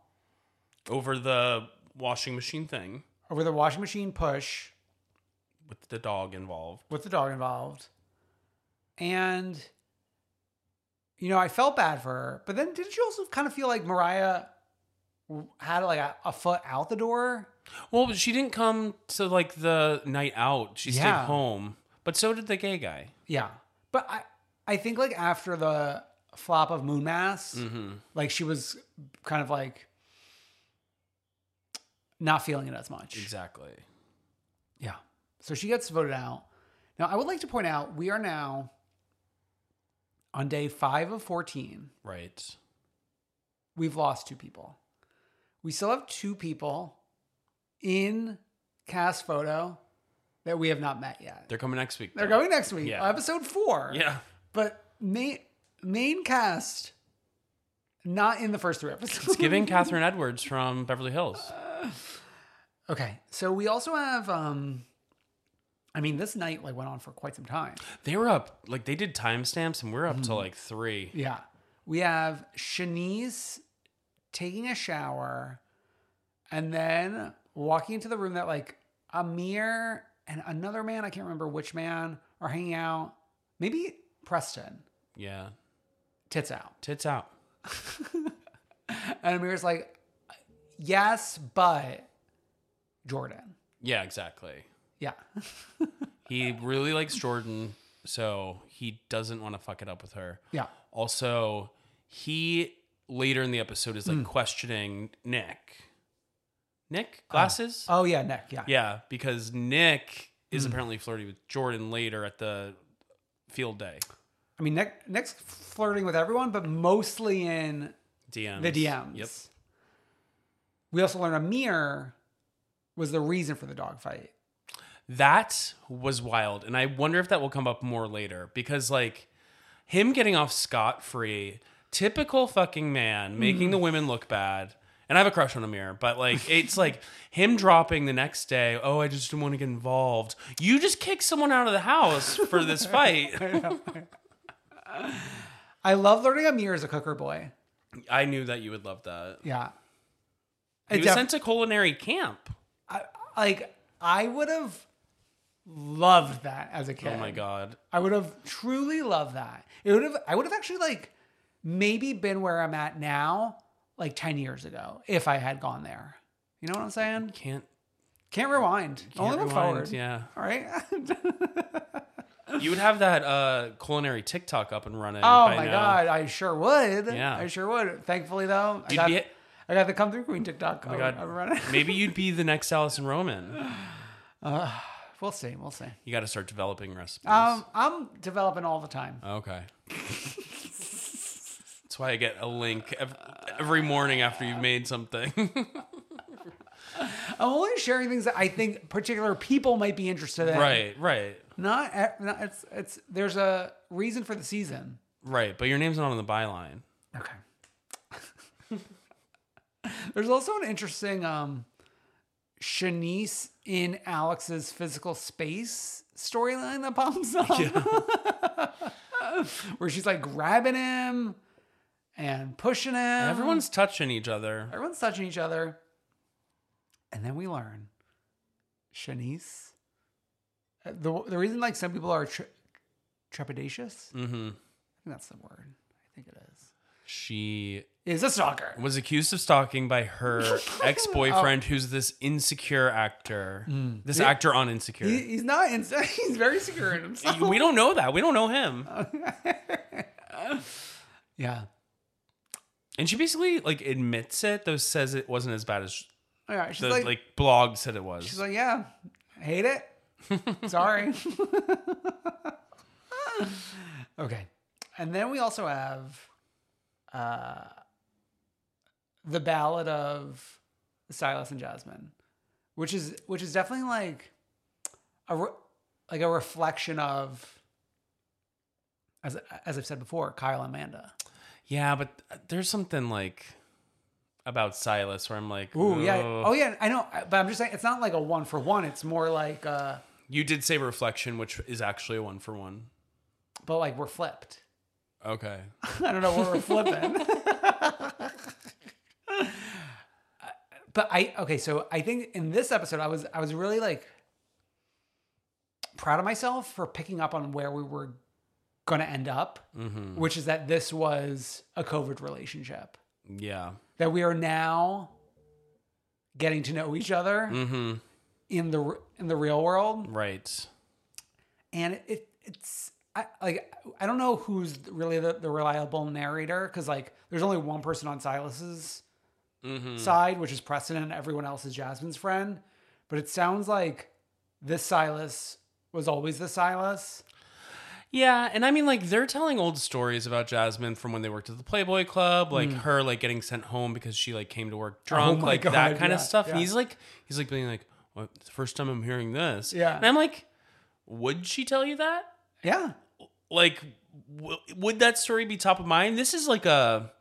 Speaker 2: Over the washing machine thing
Speaker 3: over the washing machine push.
Speaker 2: with the dog involved.
Speaker 3: with the dog involved. And you know, I felt bad for her, but then didn't you also kind of feel like Mariah w- had like a, a foot out the door?
Speaker 2: Well, but she didn't come to like the night out. She
Speaker 3: Yeah.
Speaker 2: stayed home. But so did the gay guy.
Speaker 3: Yeah, but I I think like after the flop of Moon Mass,
Speaker 2: Mm-hmm.
Speaker 3: like she was kind of like not feeling it as much.
Speaker 2: Exactly.
Speaker 3: Yeah. So she gets voted out. Now, I would like to point out we are now on day five of 14.
Speaker 2: Right.
Speaker 3: We've lost two people. We still have two people in cast photo that we have not met yet.
Speaker 2: They're coming next week.
Speaker 3: They're
Speaker 2: though.
Speaker 3: going next week,
Speaker 2: Yeah.
Speaker 3: episode four.
Speaker 2: Yeah.
Speaker 3: But main, main cast, not in the first three episodes.
Speaker 2: It's
Speaker 3: [laughs]
Speaker 2: giving Catherine Edwards from Beverly Hills.
Speaker 3: Uh, Okay. So we also have, um, I mean, this night like went on for quite some time. Mm-hmm.
Speaker 2: They were up, like, they did timestamps and we're up to like three.
Speaker 3: Yeah. We have Shanice taking a shower and then walking into the room that like Amir and another man, I can't remember which man, are hanging out. Maybe Preston
Speaker 2: Yeah.
Speaker 3: tits out.
Speaker 2: Tits out.
Speaker 3: [laughs] And Amir's like, yes, but Jordan.
Speaker 2: Yeah, exactly.
Speaker 3: Yeah. [laughs]
Speaker 2: He really likes Jordan, so he doesn't want to fuck it up with her.
Speaker 3: Yeah.
Speaker 2: Also, he later in the episode is like questioning Nick. Nick glasses?
Speaker 3: Oh, yeah, Nick. Yeah. Hmm.
Speaker 2: Yeah, because Nick is apparently flirty with Jordan later at the field day.
Speaker 3: I mean, Nick, Nick's flirting with everyone, but mostly in
Speaker 2: DMs.
Speaker 3: the DMs.
Speaker 2: Yep.
Speaker 3: We also learned Amir was the reason for the dogfight.
Speaker 2: That was wild. And I wonder if that will come up more later because, like, him getting off scot free, typical fucking man, making the women look bad. And I have a crush on Amir, but like, it's like him dropping the next day, oh, I just didn't want to get involved. You just kicked someone out of the house Oh, for
Speaker 3: [laughs]
Speaker 2: this fight.
Speaker 3: I love learning Amir is a cooker boy.
Speaker 2: I knew that you would love that.
Speaker 3: Yeah.
Speaker 2: He
Speaker 3: It
Speaker 2: was
Speaker 3: def-
Speaker 2: sent to culinary camp.
Speaker 3: I, like, I would have loved that as a kid.
Speaker 2: Oh my God.
Speaker 3: I would have truly loved that. It would have, I would have actually, like, maybe been where I'm at now, like 10 years ago, if I had gone there. You know what I'm saying?
Speaker 2: Can't.
Speaker 3: Can't rewind. Only went
Speaker 2: rewind,
Speaker 3: forward.
Speaker 2: yeah.
Speaker 3: All right. [laughs]
Speaker 2: You would have that uh, culinary TikTok up and running.
Speaker 3: Oh
Speaker 2: by
Speaker 3: my
Speaker 2: now.
Speaker 3: god, I sure would.
Speaker 2: Yeah.
Speaker 3: I sure would. Thankfully though, I
Speaker 2: You'd
Speaker 3: got,
Speaker 2: be-
Speaker 3: I got the come through queen TikTok.
Speaker 2: Oh my God.
Speaker 3: [laughs]
Speaker 2: Maybe you'd be the next Allison
Speaker 3: [sighs]
Speaker 2: Roman.
Speaker 3: Uh, we'll see. We'll see.
Speaker 2: You got to start developing recipes.
Speaker 3: Um, I'm developing all the time.
Speaker 2: okay. That's why I get a link ev- every morning after you've made something.
Speaker 3: [laughs] I'm only sharing things that I think particular people might be interested in.
Speaker 2: right, right,
Speaker 3: Not, e- not it's it's there's a reason for the season.
Speaker 2: right. But your name's not on the byline.
Speaker 3: Okay. [laughs] there's also an interesting um Shanice in Alex's physical space storyline that pops up. [laughs] Where she's like grabbing him and pushing him.
Speaker 2: Everyone's touching each other.
Speaker 3: everyone's touching each other. And then we learn Shanice. uh, The, the reason like some people are tre- trepidatious, I think
Speaker 2: hmm
Speaker 3: that's the word. I think it is.
Speaker 2: She
Speaker 3: Is a stalker.
Speaker 2: was accused of stalking by
Speaker 3: [laughs]
Speaker 2: her ex
Speaker 3: Oh.
Speaker 2: boyfriend, who's this insecure actor. This actor on Insecure.
Speaker 3: Hmm. He, he's not insane. [laughs] He's very secure in himself.
Speaker 2: we don't know that. We don't know him.
Speaker 3: [laughs] yeah.
Speaker 2: And she basically like admits it, though says it wasn't as bad as
Speaker 3: All right. Oh, She's
Speaker 2: the
Speaker 3: like,
Speaker 2: like, blog said it was.
Speaker 3: she's like, yeah, hate
Speaker 2: [laughs]
Speaker 3: it. Sorry. [laughs] okay. And then we also have uh, the ballad of Silas and Jasmine, which is which is definitely like a re- like a reflection of as as I've said before, Kyle and Amanda.
Speaker 2: yeah, but there's something like about Silas where I'm like,
Speaker 3: Ooh, yeah.
Speaker 2: "Ugh."
Speaker 3: Oh, yeah. I know, but I'm just saying it's not like a one for one. It's more like, uh,
Speaker 2: You did say reflection, which is actually a one for one.
Speaker 3: but like we're flipped.
Speaker 2: Okay.
Speaker 3: [laughs] I don't know where we're flipping. [laughs] but I okay. So I think in this episode, I was I was really like proud of myself for picking up on where we were gonna end up,
Speaker 2: Mm-hmm.
Speaker 3: which is that this was a COVID relationship
Speaker 2: Yeah.
Speaker 3: that we are now getting to know each other
Speaker 2: Mm-hmm.
Speaker 3: in the r- in the real world.
Speaker 2: Right.
Speaker 3: and it, it it's I, like I don't know who's really the, the reliable narrator because like there's only one person on Silas's
Speaker 2: Hmm.
Speaker 3: side, which is Preston, and everyone else is Jasmine's friend. But it sounds like this Silas was always the Silas.
Speaker 2: Yeah, and I mean, like they're telling old stories about Jasmine from when they worked at the Playboy Club, like her like getting sent home because she like came to work drunk,
Speaker 3: Hmm. Oh my
Speaker 2: like
Speaker 3: God,
Speaker 2: that kind
Speaker 3: yeah,
Speaker 2: of stuff.
Speaker 3: yeah.
Speaker 2: And he's like, he's like being like, what, it's the first time I'm hearing this.
Speaker 3: Yeah.
Speaker 2: and I'm like, would she tell you that?
Speaker 3: Yeah.
Speaker 2: Like, w- would that story be top of mind? This is like a,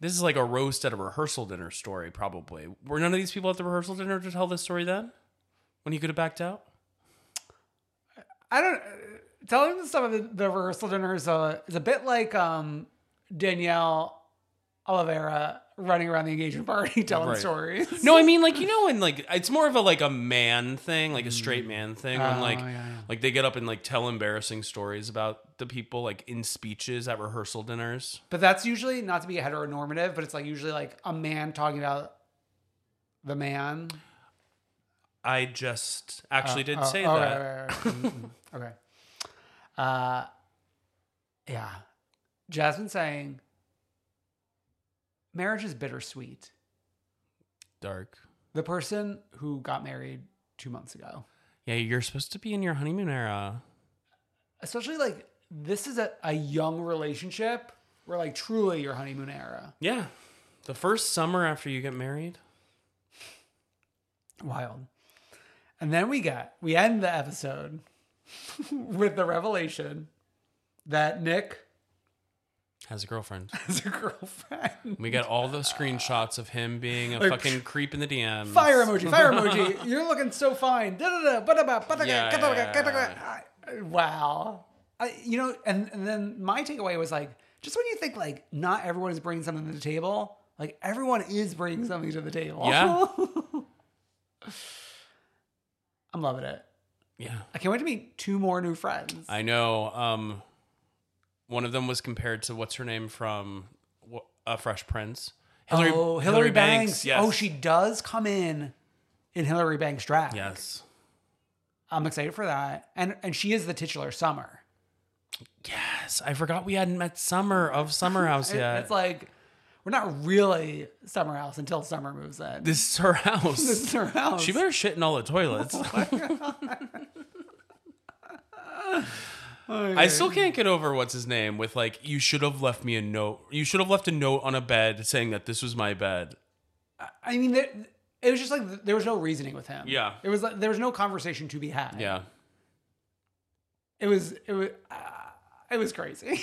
Speaker 2: this is like a roast at a rehearsal dinner story. Probably were none of these people at the rehearsal dinner to tell this story then, when he could have backed out.
Speaker 3: I don't. Telling the stuff at the rehearsal dinner is a is a bit like um, Danielle Oliveira running around the engagement party [laughs] telling
Speaker 2: Right.
Speaker 3: stories.
Speaker 2: No, I mean like you know, Oh, and like it's more of a like a man thing, like a straight man thing, when
Speaker 3: Oh,
Speaker 2: like like they get up and like tell embarrassing stories about the people like in speeches at rehearsal dinners.
Speaker 3: But that's usually not to be heteronormative, but it's like usually like a man talking about the man.
Speaker 2: I just actually did
Speaker 3: Oh,
Speaker 2: say
Speaker 3: oh,
Speaker 2: that.
Speaker 3: right, right, right. Mm, mm, [laughs] okay. Uh, yeah. Jasmine saying, marriage is bittersweet.
Speaker 2: Dark.
Speaker 3: The person who got married two months ago,
Speaker 2: Yeah, you're supposed to be in your honeymoon era.
Speaker 3: especially like this is a, a young relationship where like truly your honeymoon era.
Speaker 2: Yeah, the first summer after you get married.
Speaker 3: Wild. And then we got, we end the episode [laughs] with the revelation that Nick
Speaker 2: Has a girlfriend.
Speaker 3: [laughs] has a girlfriend.
Speaker 2: We got all the screenshots of him being a
Speaker 3: Like,
Speaker 2: fucking creep in the DMs.
Speaker 3: Fire
Speaker 2: [laughs]
Speaker 3: emoji, fire emoji. You're looking so fine. Da-da-da, ba-da-ba, ba-da-ga,
Speaker 2: Yeah,
Speaker 3: ga-da-ga,
Speaker 2: yeah,
Speaker 3: ga-da-ga.
Speaker 2: yeah.
Speaker 3: I- Wow. I, you know, and, and then my takeaway was like, just when you think like not everyone is bringing something to the table, like everyone is bringing something to the table.
Speaker 2: Yeah.
Speaker 3: [laughs] I'm loving it.
Speaker 2: Yeah.
Speaker 3: I can't wait to meet two more new friends.
Speaker 2: I know. Um, one of them was compared to what's her name from wh- uh, Fresh Prince.
Speaker 3: oh, Hillary, Banks. Oh, she does come in in Hillary Banks draft.
Speaker 2: Yes.
Speaker 3: I'm excited for that. And and she is the titular summer.
Speaker 2: Yes. I forgot we hadn't met Summer of Summer House
Speaker 3: [laughs] It-
Speaker 2: yet.
Speaker 3: It's like we're not really summer house until summer moves in.
Speaker 2: this is her house.
Speaker 3: [laughs] This is her house.
Speaker 2: She better shit in all the
Speaker 3: [laughs]
Speaker 2: toilets. [laughs] I still can't get over what's his name with like you should have left me a note. You should have left a note on a bed saying that this was my bed.
Speaker 3: I mean, there, it was just like there was no reasoning with him.
Speaker 2: Yeah.
Speaker 3: It was like there was no conversation to be had.
Speaker 2: Yeah.
Speaker 3: It was it was uh, it was crazy.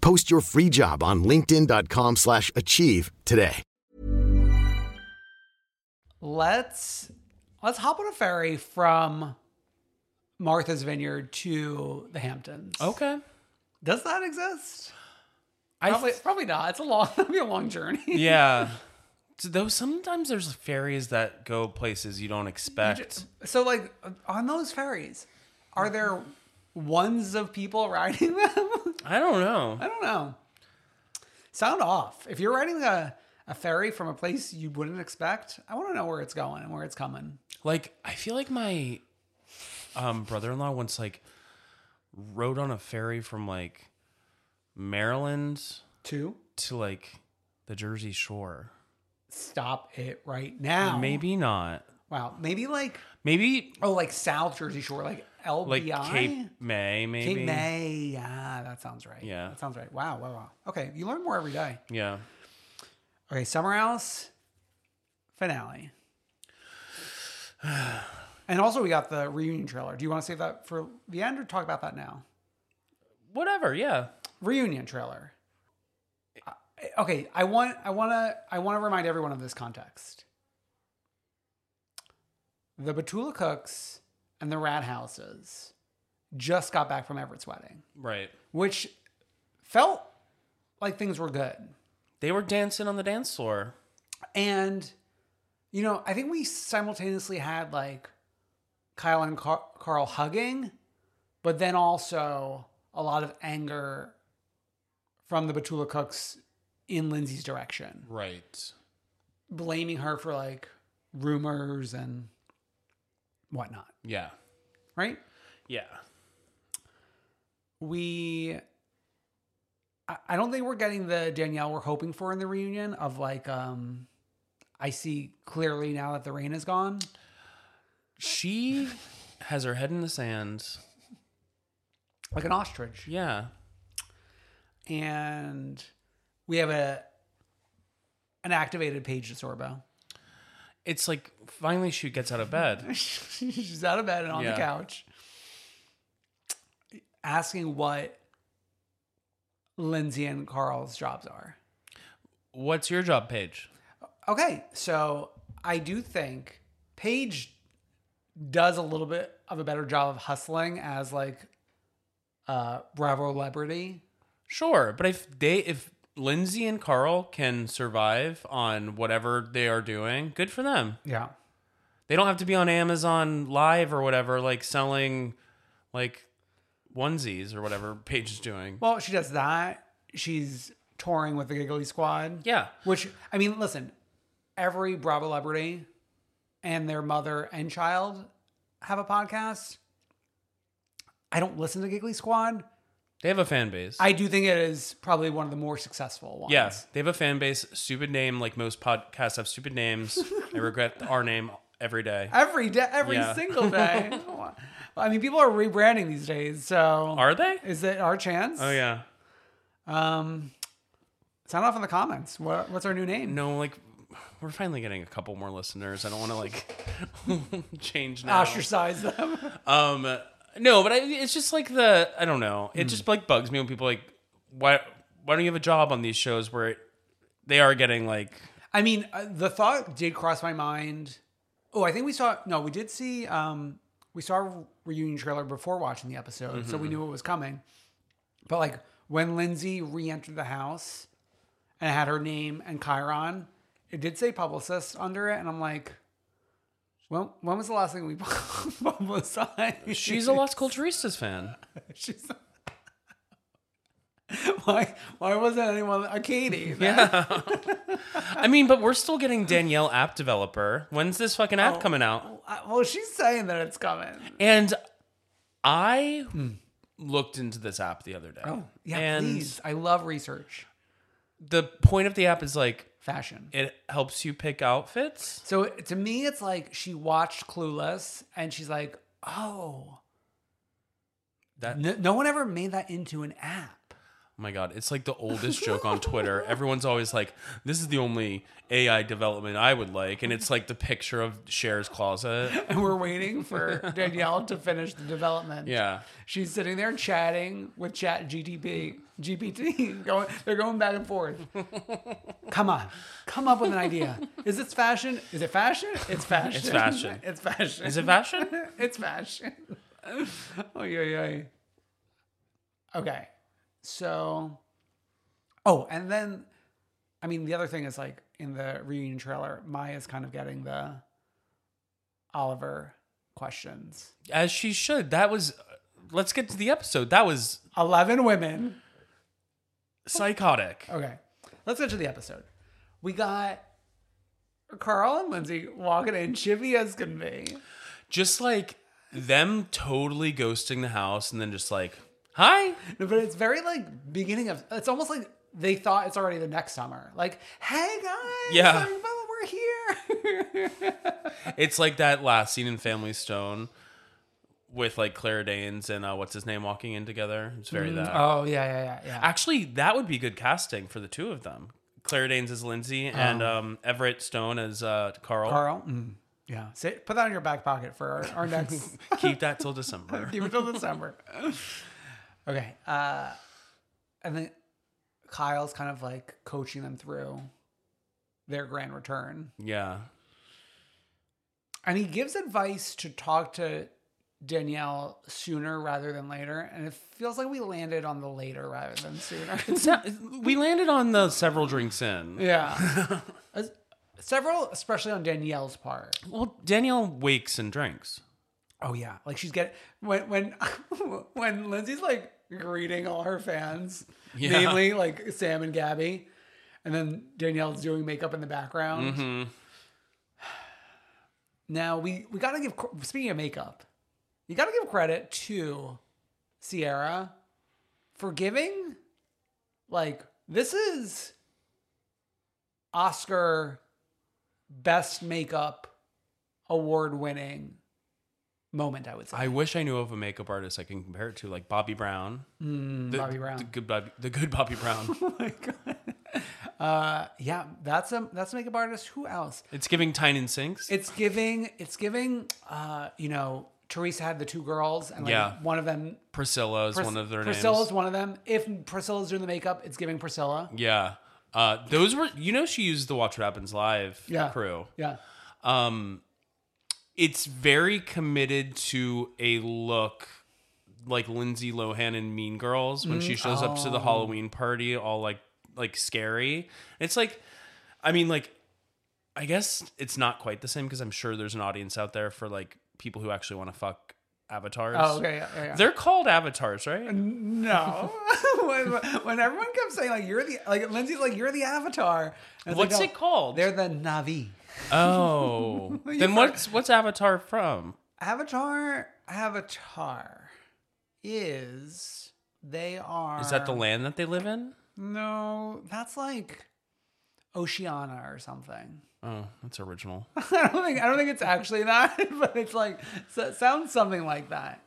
Speaker 4: Post your free job on linkedin.com/achieve slash achieve today.
Speaker 3: let's let's hop on a ferry from Martha's Vineyard to the Hamptons.
Speaker 2: Okay.
Speaker 3: Does that exist?
Speaker 2: I
Speaker 3: Probably, probably not. It's a long, [laughs] it'll be a long journey. [laughs]
Speaker 2: yeah. Though sometimes there's ferries that go places you don't expect.
Speaker 3: So, like, on those ferries, are there ones of people [laughs] riding them?
Speaker 2: I don't know.
Speaker 3: I don't know. Sound off. If you're riding a, a ferry from a place you wouldn't expect, I want to know where it's going and where it's coming.
Speaker 2: Like I feel like my um, brother-in-law once like rode on a ferry from like Maryland
Speaker 3: To
Speaker 2: to like the Jersey Shore.
Speaker 3: stop it right now.
Speaker 2: Maybe not.
Speaker 3: Wow. Maybe like,
Speaker 2: Maybe
Speaker 3: oh, like South Jersey Shore, like LBI?
Speaker 2: like Cape May. Maybe
Speaker 3: Cape May. Yeah, that sounds right.
Speaker 2: Yeah.
Speaker 3: That sounds right. Wow, wow, wow. Okay, you learn more every day.
Speaker 2: Yeah.
Speaker 3: Okay, Summer House finale. [sighs] And also, we got the reunion trailer. Do you want to save that for the end or talk about that now?
Speaker 2: Whatever. Yeah.
Speaker 3: Reunion trailer. Uh, Okay, I want I want to I want to remind everyone of this context. The Batula Cooks and the Rat Houses just got back from Everett's wedding,
Speaker 2: Right.
Speaker 3: which felt like things were good.
Speaker 2: They were dancing on the dance floor.
Speaker 3: And, you know, I think we simultaneously had like Kyle and Car- Carl hugging, but then also a lot of anger from the Batula Cooks in Lindsay's direction,
Speaker 2: Right.
Speaker 3: blaming her for like rumors and whatnot,
Speaker 2: Yeah.
Speaker 3: right?
Speaker 2: Yeah.
Speaker 3: we I, I don't think we're getting the Danielle we're hoping for in the reunion of like um I see clearly now that the rain is gone.
Speaker 2: She has her head in the sand.
Speaker 3: Like an ostrich.
Speaker 2: Yeah.
Speaker 3: And we have a an activated Paige DeSorbo.
Speaker 2: It's like finally she gets out of bed.
Speaker 3: [laughs] She's out of bed and on
Speaker 2: Yeah.
Speaker 3: the couch. Asking what Lindsay and Carl's jobs are.
Speaker 2: What's your job, Paige?
Speaker 3: Okay, so I do think Paige does a little bit of a better job of hustling as like uh Bravo celebrity.
Speaker 2: Sure, but if they if Lindsay and Carl can survive on whatever they are doing, good for them.
Speaker 3: Yeah.
Speaker 2: They don't have to be on Amazon Live or whatever, like selling like onesies or whatever Paige is doing.
Speaker 3: Well, she does that. She's touring with the Giggly Squad.
Speaker 2: Yeah.
Speaker 3: Which I mean, listen, every Bravo celebrity and their mother and child have a podcast. I don't listen to Giggly Squad.
Speaker 2: They have a fan base.
Speaker 3: I do think it is probably one of the more successful ones.
Speaker 2: yeah, they have a fan base. Stupid name, like most podcasts have stupid names. I regret our name every day.
Speaker 3: every day, every
Speaker 2: Yeah. [laughs]
Speaker 3: single day. Well, I mean, people are rebranding these days, so
Speaker 2: Are they?
Speaker 3: is it our chance?
Speaker 2: Oh yeah.
Speaker 3: Um, sound off in the comments. What, what's our new name?
Speaker 2: No, like we're finally getting a couple more listeners. I don't want to like [laughs] change now.
Speaker 3: Ostracize them.
Speaker 2: [laughs] Um, no, but I, it's just like the I don't know.
Speaker 3: Hmm.
Speaker 2: It just like bugs me when people are like why why don't you have a job on these shows where it, they are getting like
Speaker 3: I mean, uh, the thought did cross my mind. Oh, I think we saw. No, we did see. Um, we saw a reunion trailer before watching the episode, so
Speaker 2: Mm-hmm.
Speaker 3: we knew it was coming. But like when Lindsay re-entered the house and had her name and Chiron, it did say publicist under it, and I'm like, well, when was the last thing we [laughs] publicized?
Speaker 2: she's a Los Culturistas fan.
Speaker 3: [laughs] She's. Why? Why wasn't anyone a Katie? Yeah.
Speaker 2: [laughs] I mean, but we're still getting
Speaker 3: [laughs]
Speaker 2: Danielle app developer. When's this fucking app coming out?
Speaker 3: Oh, Well, she's saying that it's coming. Hmm.
Speaker 2: And I looked into this app the other day.
Speaker 3: Oh, yeah,
Speaker 2: and
Speaker 3: please. I love research,
Speaker 2: the point of the app is like
Speaker 3: fashion.
Speaker 2: it helps you pick outfits.
Speaker 3: so to me, it's like she watched Clueless and she's like, oh,
Speaker 2: That
Speaker 3: no, no one ever made that into an app.
Speaker 2: Oh my god, it's like the oldest joke on
Speaker 3: [laughs]
Speaker 2: Twitter. Everyone's always like, "This is the only AI development I would like," and it's like the picture of Cher's closet.
Speaker 3: [laughs] And we're waiting for Danielle to finish the development.
Speaker 2: Yeah,
Speaker 3: She's sitting there chatting with Chat GTP, GPT. [laughs] Going, they're going back and forth. Come on, come up with an idea. Is this fashion? Is it fashion? It's fashion.
Speaker 2: It's fashion.
Speaker 3: [laughs] it's fashion.
Speaker 2: is it fashion?
Speaker 3: [laughs] it's fashion. [laughs] oh yeah, yeah. Okay, so, oh, and then, I mean, the other thing is like in the reunion trailer, Maya's kind of getting the Oliver questions.
Speaker 2: As she should. That was. uh, Let's get to the episode. That was
Speaker 3: Eleven women.
Speaker 2: psychotic.
Speaker 3: Okay, let's get to the episode. We got Carl and Lindsay walking in chivy as can be.
Speaker 2: Just like them totally ghosting the house, and then just like, "Hi."
Speaker 3: No, but it's very like beginning of. It's almost like they thought it's already the next summer. Like, hey guys,
Speaker 2: Yeah.
Speaker 3: like, Bella, we're here.
Speaker 2: It's like that last scene in Family Stone with like Clara Danes and uh, what's his name walking in together. It's very that.
Speaker 3: oh yeah, yeah, yeah, yeah.
Speaker 2: Actually, that would be good casting for the two of them. Claire Danes as Lindsay and um, Everett Stone as uh, Carl.
Speaker 3: Oh. Carl, mm. Yeah. Sit, put that in your back pocket for our, our next
Speaker 2: [laughs] Keep that till December.
Speaker 3: [laughs] Keep it till December. Okay. Uh, and then Kyle's kind of like coaching them through their grand return.
Speaker 2: Yeah.
Speaker 3: And he gives advice to talk to Danielle sooner rather than later. And it feels like we landed on the later rather than sooner.
Speaker 2: We landed on the several drinks in.
Speaker 3: yeah. [laughs] As- Several, especially on Danielle's part.
Speaker 2: Well, Danielle wakes and drinks.
Speaker 3: Oh yeah, like she's getting when when [laughs] when Lindsay's like greeting all her fans,
Speaker 2: Yeah.
Speaker 3: namely like Sam and Gabby, and then Danielle's doing makeup in the background.
Speaker 2: Mm-hmm.
Speaker 3: Now we we gotta give cr- speaking of makeup, you gotta give credit to Sierra for giving like this is Oscar best makeup award winning moment. I would say.
Speaker 2: I wish I knew of a makeup artist I can compare it to, like Bobby Brown. the,
Speaker 3: Hmm, Bobby Brown. Oh
Speaker 2: The good Bobby, the good Bobby Brown.
Speaker 3: [laughs] my god. Uh, yeah, that's a that's a makeup artist. Who else?
Speaker 2: it's giving Tyne and Sinks.
Speaker 3: It's giving. It's giving. Uh, you know, Teresa had the two girls, and like
Speaker 2: Yeah.
Speaker 3: one of them.
Speaker 2: Priscilla is
Speaker 3: Pris-
Speaker 2: one of their
Speaker 3: Priscilla's
Speaker 2: names.
Speaker 3: one of them. If Priscilla's doing the makeup, it's giving Priscilla.
Speaker 2: Yeah. Uh, those were, you know, she used the Watch What Happens Live
Speaker 3: Yeah.
Speaker 2: crew.
Speaker 3: Yeah.
Speaker 2: um it's very committed to a look like Lindsay Lohan in Mean Girls when she shows up to the Halloween party all like like scary. It's like I mean like I guess it's not quite the same because I'm sure there's an audience out there for like people who actually want to fuck avatars.
Speaker 3: Oh, okay. Yeah, yeah, yeah.
Speaker 2: They're called avatars, right?
Speaker 3: No, [laughs] when, when everyone kept saying like you're the like Lindsay's like you're the Avatar. And it's like,
Speaker 2: What's
Speaker 3: no,
Speaker 2: it called?
Speaker 3: They're the Navi. [laughs]
Speaker 2: Oh. then what's what's Avatar from?
Speaker 3: Avatar. Avatar is they are.
Speaker 2: Is that the land that they live in?
Speaker 3: No, that's like Oceana or something.
Speaker 2: Oh, that's original.
Speaker 3: [laughs] I don't think I don't think it's actually that, [laughs] but it's like so it sounds something like that.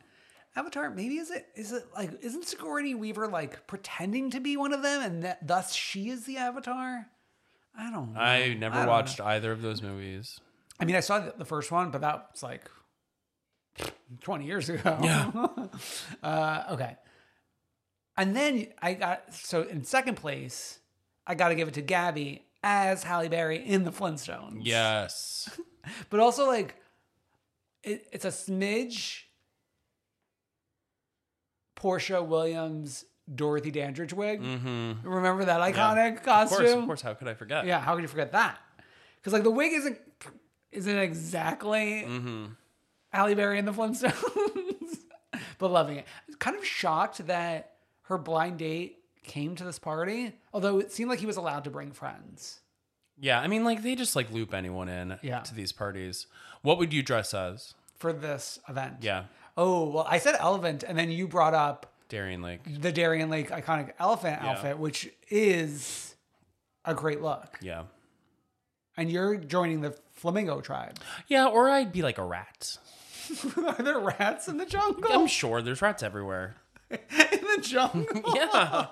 Speaker 3: Avatar, maybe is it is it like isn't Sigourney Weaver like pretending to be one of them, and that, thus she is the Avatar? I don't. know.
Speaker 2: I never
Speaker 3: don't
Speaker 2: watched
Speaker 3: know.
Speaker 2: either of those movies.
Speaker 3: I mean, I saw the, the first one, but that was like [laughs] twenty years ago.
Speaker 2: Yeah.
Speaker 3: [laughs] uh, okay. And then I got so in second place, I got to give it to Gabby as Halle Berry in the Flintstones.
Speaker 2: Yes.
Speaker 3: [laughs] but also like it, it's a smidge Portia Williams Dorothy Dandridge wig. Mm-hmm. Remember that iconic
Speaker 2: Of
Speaker 3: costume?
Speaker 2: course, of course. How could I forget?
Speaker 3: Yeah, how could you forget that? Because like the wig isn't isn't exactly
Speaker 2: Mm-hmm.
Speaker 3: Halle Berry in the Flintstones, [laughs] but loving it. I was kind of shocked that her blind date came to this party, although it seemed like he was allowed to bring friends.
Speaker 2: Yeah. I mean, like they just like loop anyone in
Speaker 3: Yeah.
Speaker 2: to these parties. What would you dress as?
Speaker 3: for this event.
Speaker 2: Yeah.
Speaker 3: Oh, well, I said elephant, and then you brought up
Speaker 2: Darian Lake.
Speaker 3: the Darien Lake iconic elephant
Speaker 2: Yeah.
Speaker 3: outfit, which is a great look.
Speaker 2: Yeah.
Speaker 3: And you're joining the flamingo tribe.
Speaker 2: Yeah. Or I'd be like a rat.
Speaker 3: [laughs] Are there rats in the jungle?
Speaker 2: I'm sure there's rats everywhere.
Speaker 3: [laughs] in the jungle.
Speaker 2: [laughs] Yeah.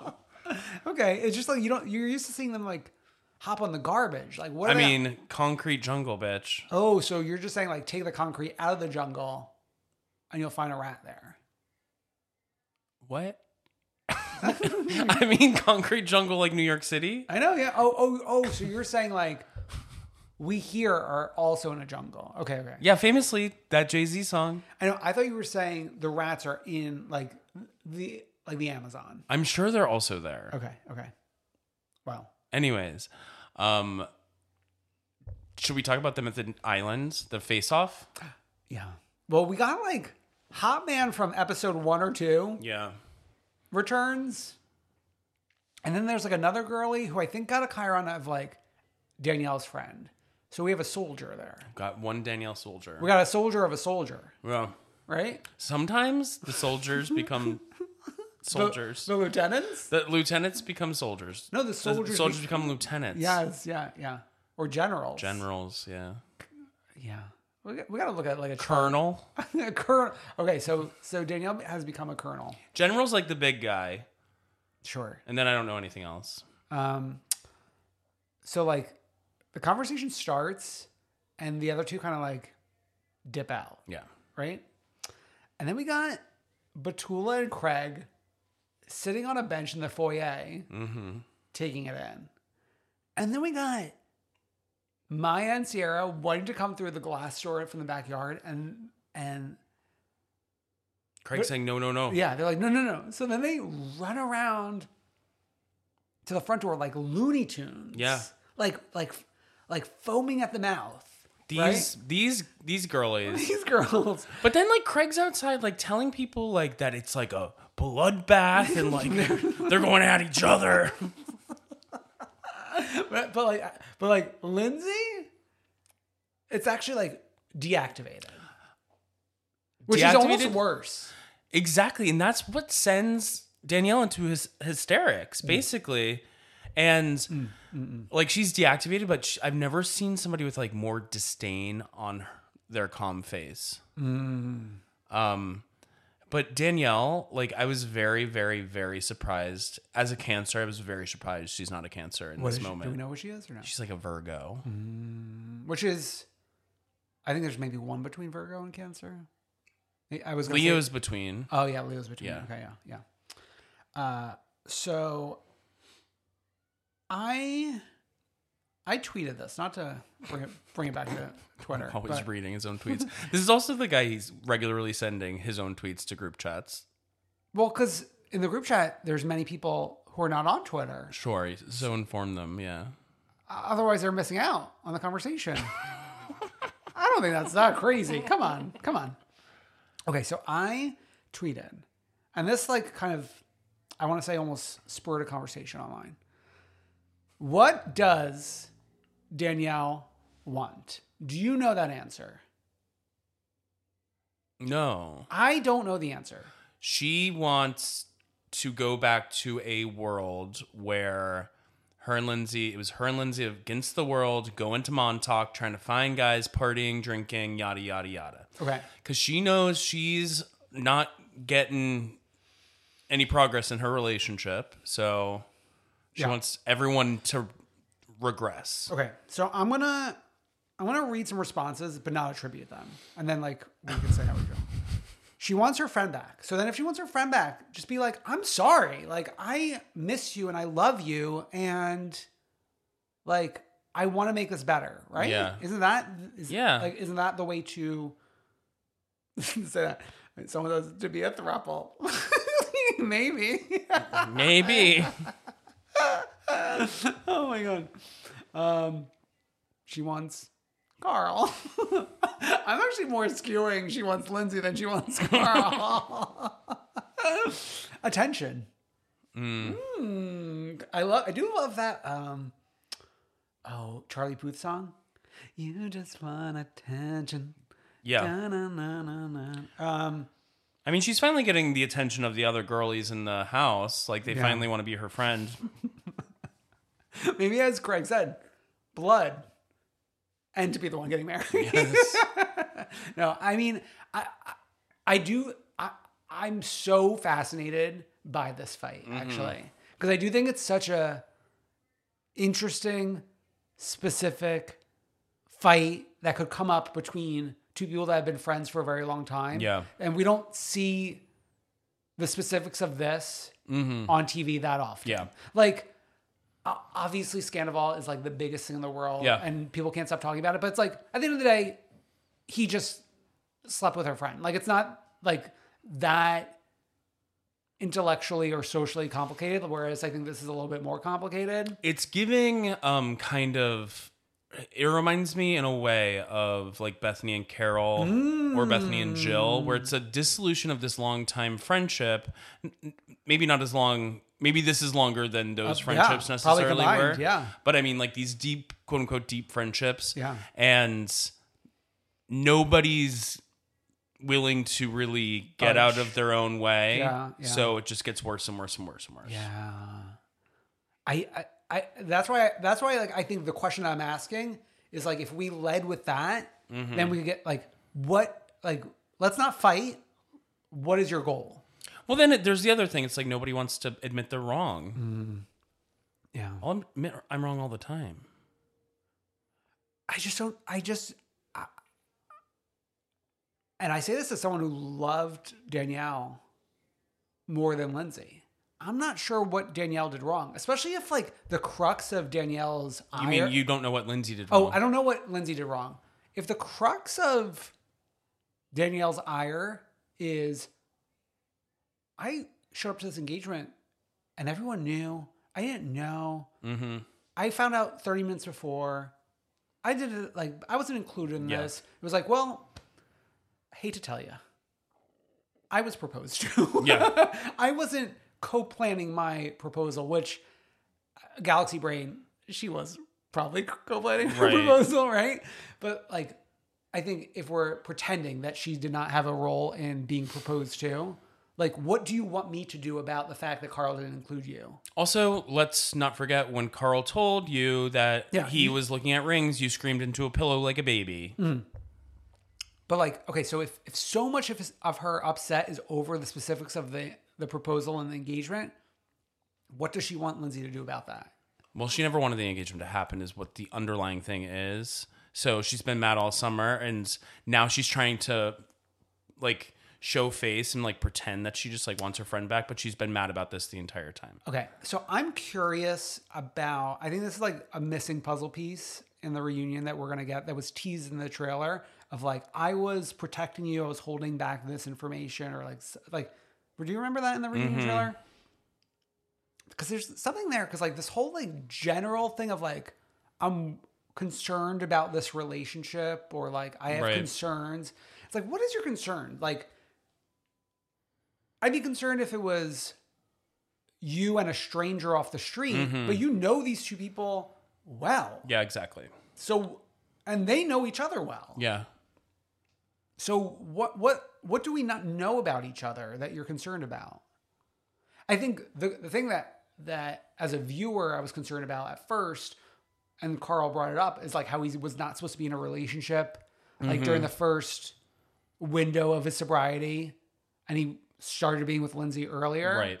Speaker 3: okay, it's just like you don't. You're used to seeing them like hop on the garbage. Like what?
Speaker 2: I
Speaker 3: are they-
Speaker 2: mean, concrete jungle, bitch.
Speaker 3: oh, so you're just saying like take the concrete out of the jungle, and you'll find a rat there.
Speaker 2: What? [laughs] I mean, concrete jungle like New York City?
Speaker 3: I know, yeah. Oh, oh, oh. So you're saying like we here are also in a jungle. Okay, okay.
Speaker 2: Yeah. Famously, that Jay Z song.
Speaker 3: I know. I thought you were saying the rats are in like the like the Amazon.
Speaker 2: I'm sure they're also there.
Speaker 3: Okay. Okay. Wow.
Speaker 2: Anyways, um, should we talk about them at the islands, the face off?
Speaker 3: [gasps] Yeah. Well, we got like Hot Man from episode one or two
Speaker 2: Yeah.
Speaker 3: returns, and then there's like another girlie who I think got a Chiron of like Danielle's friend. So we have a soldier there.
Speaker 2: Got one Danielle soldier.
Speaker 3: We got a soldier of a soldier,
Speaker 2: well,
Speaker 3: right?
Speaker 2: sometimes the soldiers
Speaker 3: [laughs]
Speaker 2: become
Speaker 3: The-
Speaker 2: soldiers.
Speaker 3: the lieutenants.
Speaker 2: The, lieutenants become soldiers.
Speaker 3: No, the soldiers
Speaker 2: soldiers
Speaker 3: be-
Speaker 2: become lieutenants.
Speaker 3: Yes, yeah, yeah. Or generals.
Speaker 2: Generals, yeah.
Speaker 3: Yeah. We got, we got to look at like a
Speaker 2: Colonel.
Speaker 3: [laughs] a colonel. Okay, so so Danielle has become a colonel.
Speaker 2: General's like the big guy.
Speaker 3: Sure.
Speaker 2: And then I don't know anything else.
Speaker 3: Um. So like, the conversation starts, and the other two kind of like dip out,
Speaker 2: Yeah.
Speaker 3: right? And then we got Batula and Craig sitting on a bench in the foyer,
Speaker 2: Mm-hmm.
Speaker 3: taking it in. And then we got Maya and Sierra wanting to come through the glass door from the backyard and and
Speaker 2: Craig saying no, no, no.
Speaker 3: yeah, they're like, no, no, no. So then they run around to the front door like Looney Tunes.
Speaker 2: Yeah.
Speaker 3: Like like like foaming at the mouth.
Speaker 2: These
Speaker 3: right?
Speaker 2: these these girlies.
Speaker 3: [laughs] these girls.
Speaker 2: But then like Craig's outside like telling people like that it's like a bloodbath and like they're going at each other.
Speaker 3: [laughs] But, but like but like Lindsay, it's actually like deactivated. Which is almost
Speaker 2: Deactivated?
Speaker 3: worse.
Speaker 2: Exactly, and that's what sends Danielle into his hysterics, basically. And
Speaker 3: Mm,
Speaker 2: like she's deactivated, but sh I've never seen somebody with like more disdain on her, their calm face.
Speaker 3: Mm.
Speaker 2: Um, but Danielle, like I was very, very, very surprised as a Cancer. I was very surprised she's not a Cancer in
Speaker 3: What
Speaker 2: this
Speaker 3: is she-
Speaker 2: moment.
Speaker 3: Do we know what she is or not?
Speaker 2: She's like a Virgo.
Speaker 3: Which is, I think there's maybe one between Virgo and Cancer. I- I was gonna say-
Speaker 2: Leo's between.
Speaker 3: oh yeah, Leo's between.
Speaker 2: Yeah.
Speaker 3: Okay, yeah, yeah. Uh, so I I tweeted this not to bring it bring it
Speaker 2: [laughs]
Speaker 3: back to Twitter.
Speaker 2: Always
Speaker 3: but-
Speaker 2: reading his own
Speaker 3: [laughs]
Speaker 2: tweets. this is also the guy he's regularly sending his own tweets to group chats.
Speaker 3: Well, because in the group chat, there's many people who are not on Twitter.
Speaker 2: Sure, he's- so inform them, yeah.
Speaker 3: Otherwise, they're missing out on the conversation. [laughs] I don't think that's that crazy. Come on, come on. Okay, so I tweeted, and this like kind of, I want to say almost spurred a conversation online. What does Danielle want? Do you know that answer?
Speaker 2: No.
Speaker 3: I don't know the answer.
Speaker 2: She wants to go back to a world where her and Lindsay, it was her and Lindsay against the world, going to Montauk, trying to find guys, partying, drinking, yada, yada, yada.
Speaker 3: Okay,
Speaker 2: Because she knows she's not getting any progress in her relationship. So she
Speaker 3: Yeah.
Speaker 2: wants everyone to regress.
Speaker 3: okay. So I'm gonna, I'm gonna read some responses, but not attribute them, and then like we can say how we feel. she wants her friend back. So then if she wants her friend back, just be like, I'm sorry. Like I miss you and I love you and like I want to make this better, right?
Speaker 2: Yeah.
Speaker 3: Isn't that is,
Speaker 2: Yeah.
Speaker 3: like isn't that the way to [laughs] say that? Someone does to be a throuple. [laughs] Maybe.
Speaker 2: Maybe.
Speaker 3: [laughs] oh my god. Um, she wants Carl. [laughs] I'm actually more skewing she wants Lindsay than she wants Carl. [laughs] Attention. Mm, I love. I do love that. Um, oh, Charlie Puth song. You just want attention.
Speaker 2: Yeah.
Speaker 3: Da-na-na-na-na. Um,
Speaker 2: I mean, she's finally getting the attention of the other girlies in the house. Like, they
Speaker 3: Yeah.
Speaker 2: finally want to be her friend.
Speaker 3: [laughs] maybe as Craig said, blood, and to be the one getting married.
Speaker 2: Yes.
Speaker 3: [laughs] no, I mean, I, I, I do. I, I'm so fascinated by this fight,
Speaker 2: Mm-hmm.
Speaker 3: actually, because I do think it's such a interesting, specific fight that could come up between two people that have been friends for a very long time.
Speaker 2: Yeah.
Speaker 3: and we don't see the specifics of this on TV that often.
Speaker 2: Mm-hmm. Yeah.
Speaker 3: like. o- Obviously, Scandival is like the biggest thing in the world,
Speaker 2: Yeah.
Speaker 3: and people can't stop talking about it. But it's like at the end of the day, he just slept with her friend. Like it's not like that intellectually or socially complicated. Whereas I think this is a little bit more complicated.
Speaker 2: it's giving um kind of it reminds me in a way of like Bethany and Carol or Bethany and Jill where it's a dissolution of this long time friendship N- n- maybe not as long maybe this is longer than those
Speaker 3: Uh, yeah,
Speaker 2: friendships
Speaker 3: probably
Speaker 2: necessarily
Speaker 3: combined,
Speaker 2: were
Speaker 3: yeah.
Speaker 2: but I mean like these deep quote unquote deep friendships
Speaker 3: Yeah.
Speaker 2: and nobody's willing to really get out
Speaker 3: Budge.
Speaker 2: of their own way
Speaker 3: Yeah, yeah.
Speaker 2: so it just gets worse and worse and worse and worse
Speaker 3: Yeah. I, I, I that's why I, that's why like I think the question I'm asking is like if we led with that,
Speaker 2: Mm-hmm.
Speaker 3: then we could get like what like let's not fight. What is your goal?
Speaker 2: Well, then it, there's the other thing. It's like nobody wants to admit they're wrong.
Speaker 3: Mm. Yeah.
Speaker 2: I'll admit I'm wrong all the time.
Speaker 3: I just don't. I just. I, and I say this as someone who loved Danielle more than Lindsay. I'm not sure what Danielle did wrong, especially if like the crux of Danielle's.
Speaker 2: You
Speaker 3: ire-
Speaker 2: mean you don't know what Lindsay did
Speaker 3: Oh,
Speaker 2: wrong?
Speaker 3: I don't know what Lindsay did wrong. If the crux of Danielle's ire is, I showed up to this engagement and everyone knew. I didn't know.
Speaker 2: Mm-hmm.
Speaker 3: I found out 30 minutes before. I did it like I wasn't included in
Speaker 2: Yeah.
Speaker 3: this. It was like, well, I hate to tell you, I was proposed to. [laughs]
Speaker 2: Yeah.
Speaker 3: I wasn't co-planning my proposal, which uh, Galaxy Brain she was probably co-planning her
Speaker 2: Right.
Speaker 3: proposal, right? But like, I think if we're pretending that she did not have a role in being proposed to, like, what do you want me to do about the fact that Carl didn't include you?
Speaker 2: Also, let's not forget when Carl told you that
Speaker 3: Yeah.
Speaker 2: he was looking at rings, you screamed into a pillow like a baby.
Speaker 3: But like, okay, so if, if so much of, his, of her upset is over the specifics of the, the proposal and the engagement, what does she want Lindsay to do about that?
Speaker 2: Well, she never wanted the engagement to happen, is what the underlying thing is. So she's been mad all summer, and now she's trying to like show face and like pretend that she just like wants her friend back, but she's been mad about this the entire time.
Speaker 3: Okay, so I'm curious about. I think this is like a missing puzzle piece in the reunion that we're gonna get that was teased in the trailer of like I was protecting you, I was holding back this information, or like s- like. Do you remember that in the reunion
Speaker 2: Mm-hmm.
Speaker 3: trailer? Because there's something there. Because like this whole like general thing of like I'm concerned about this relationship, or like I have
Speaker 2: Right.
Speaker 3: concerns. It's like what is your concern? Like I'd be concerned if it was you and a stranger off the street, but you know these two people well.
Speaker 2: Mm-hmm. Yeah, exactly.
Speaker 3: So and they know each other well.
Speaker 2: Yeah.
Speaker 3: So what what what do we not know about each other that you're concerned about? I think the the thing that that as a viewer I was concerned about at first, and Carl brought it up, is like how he was not supposed to be in a relationship, like during the
Speaker 2: Mm-hmm.
Speaker 3: first window of his sobriety, and he started being with Lindsay earlier.
Speaker 2: Right.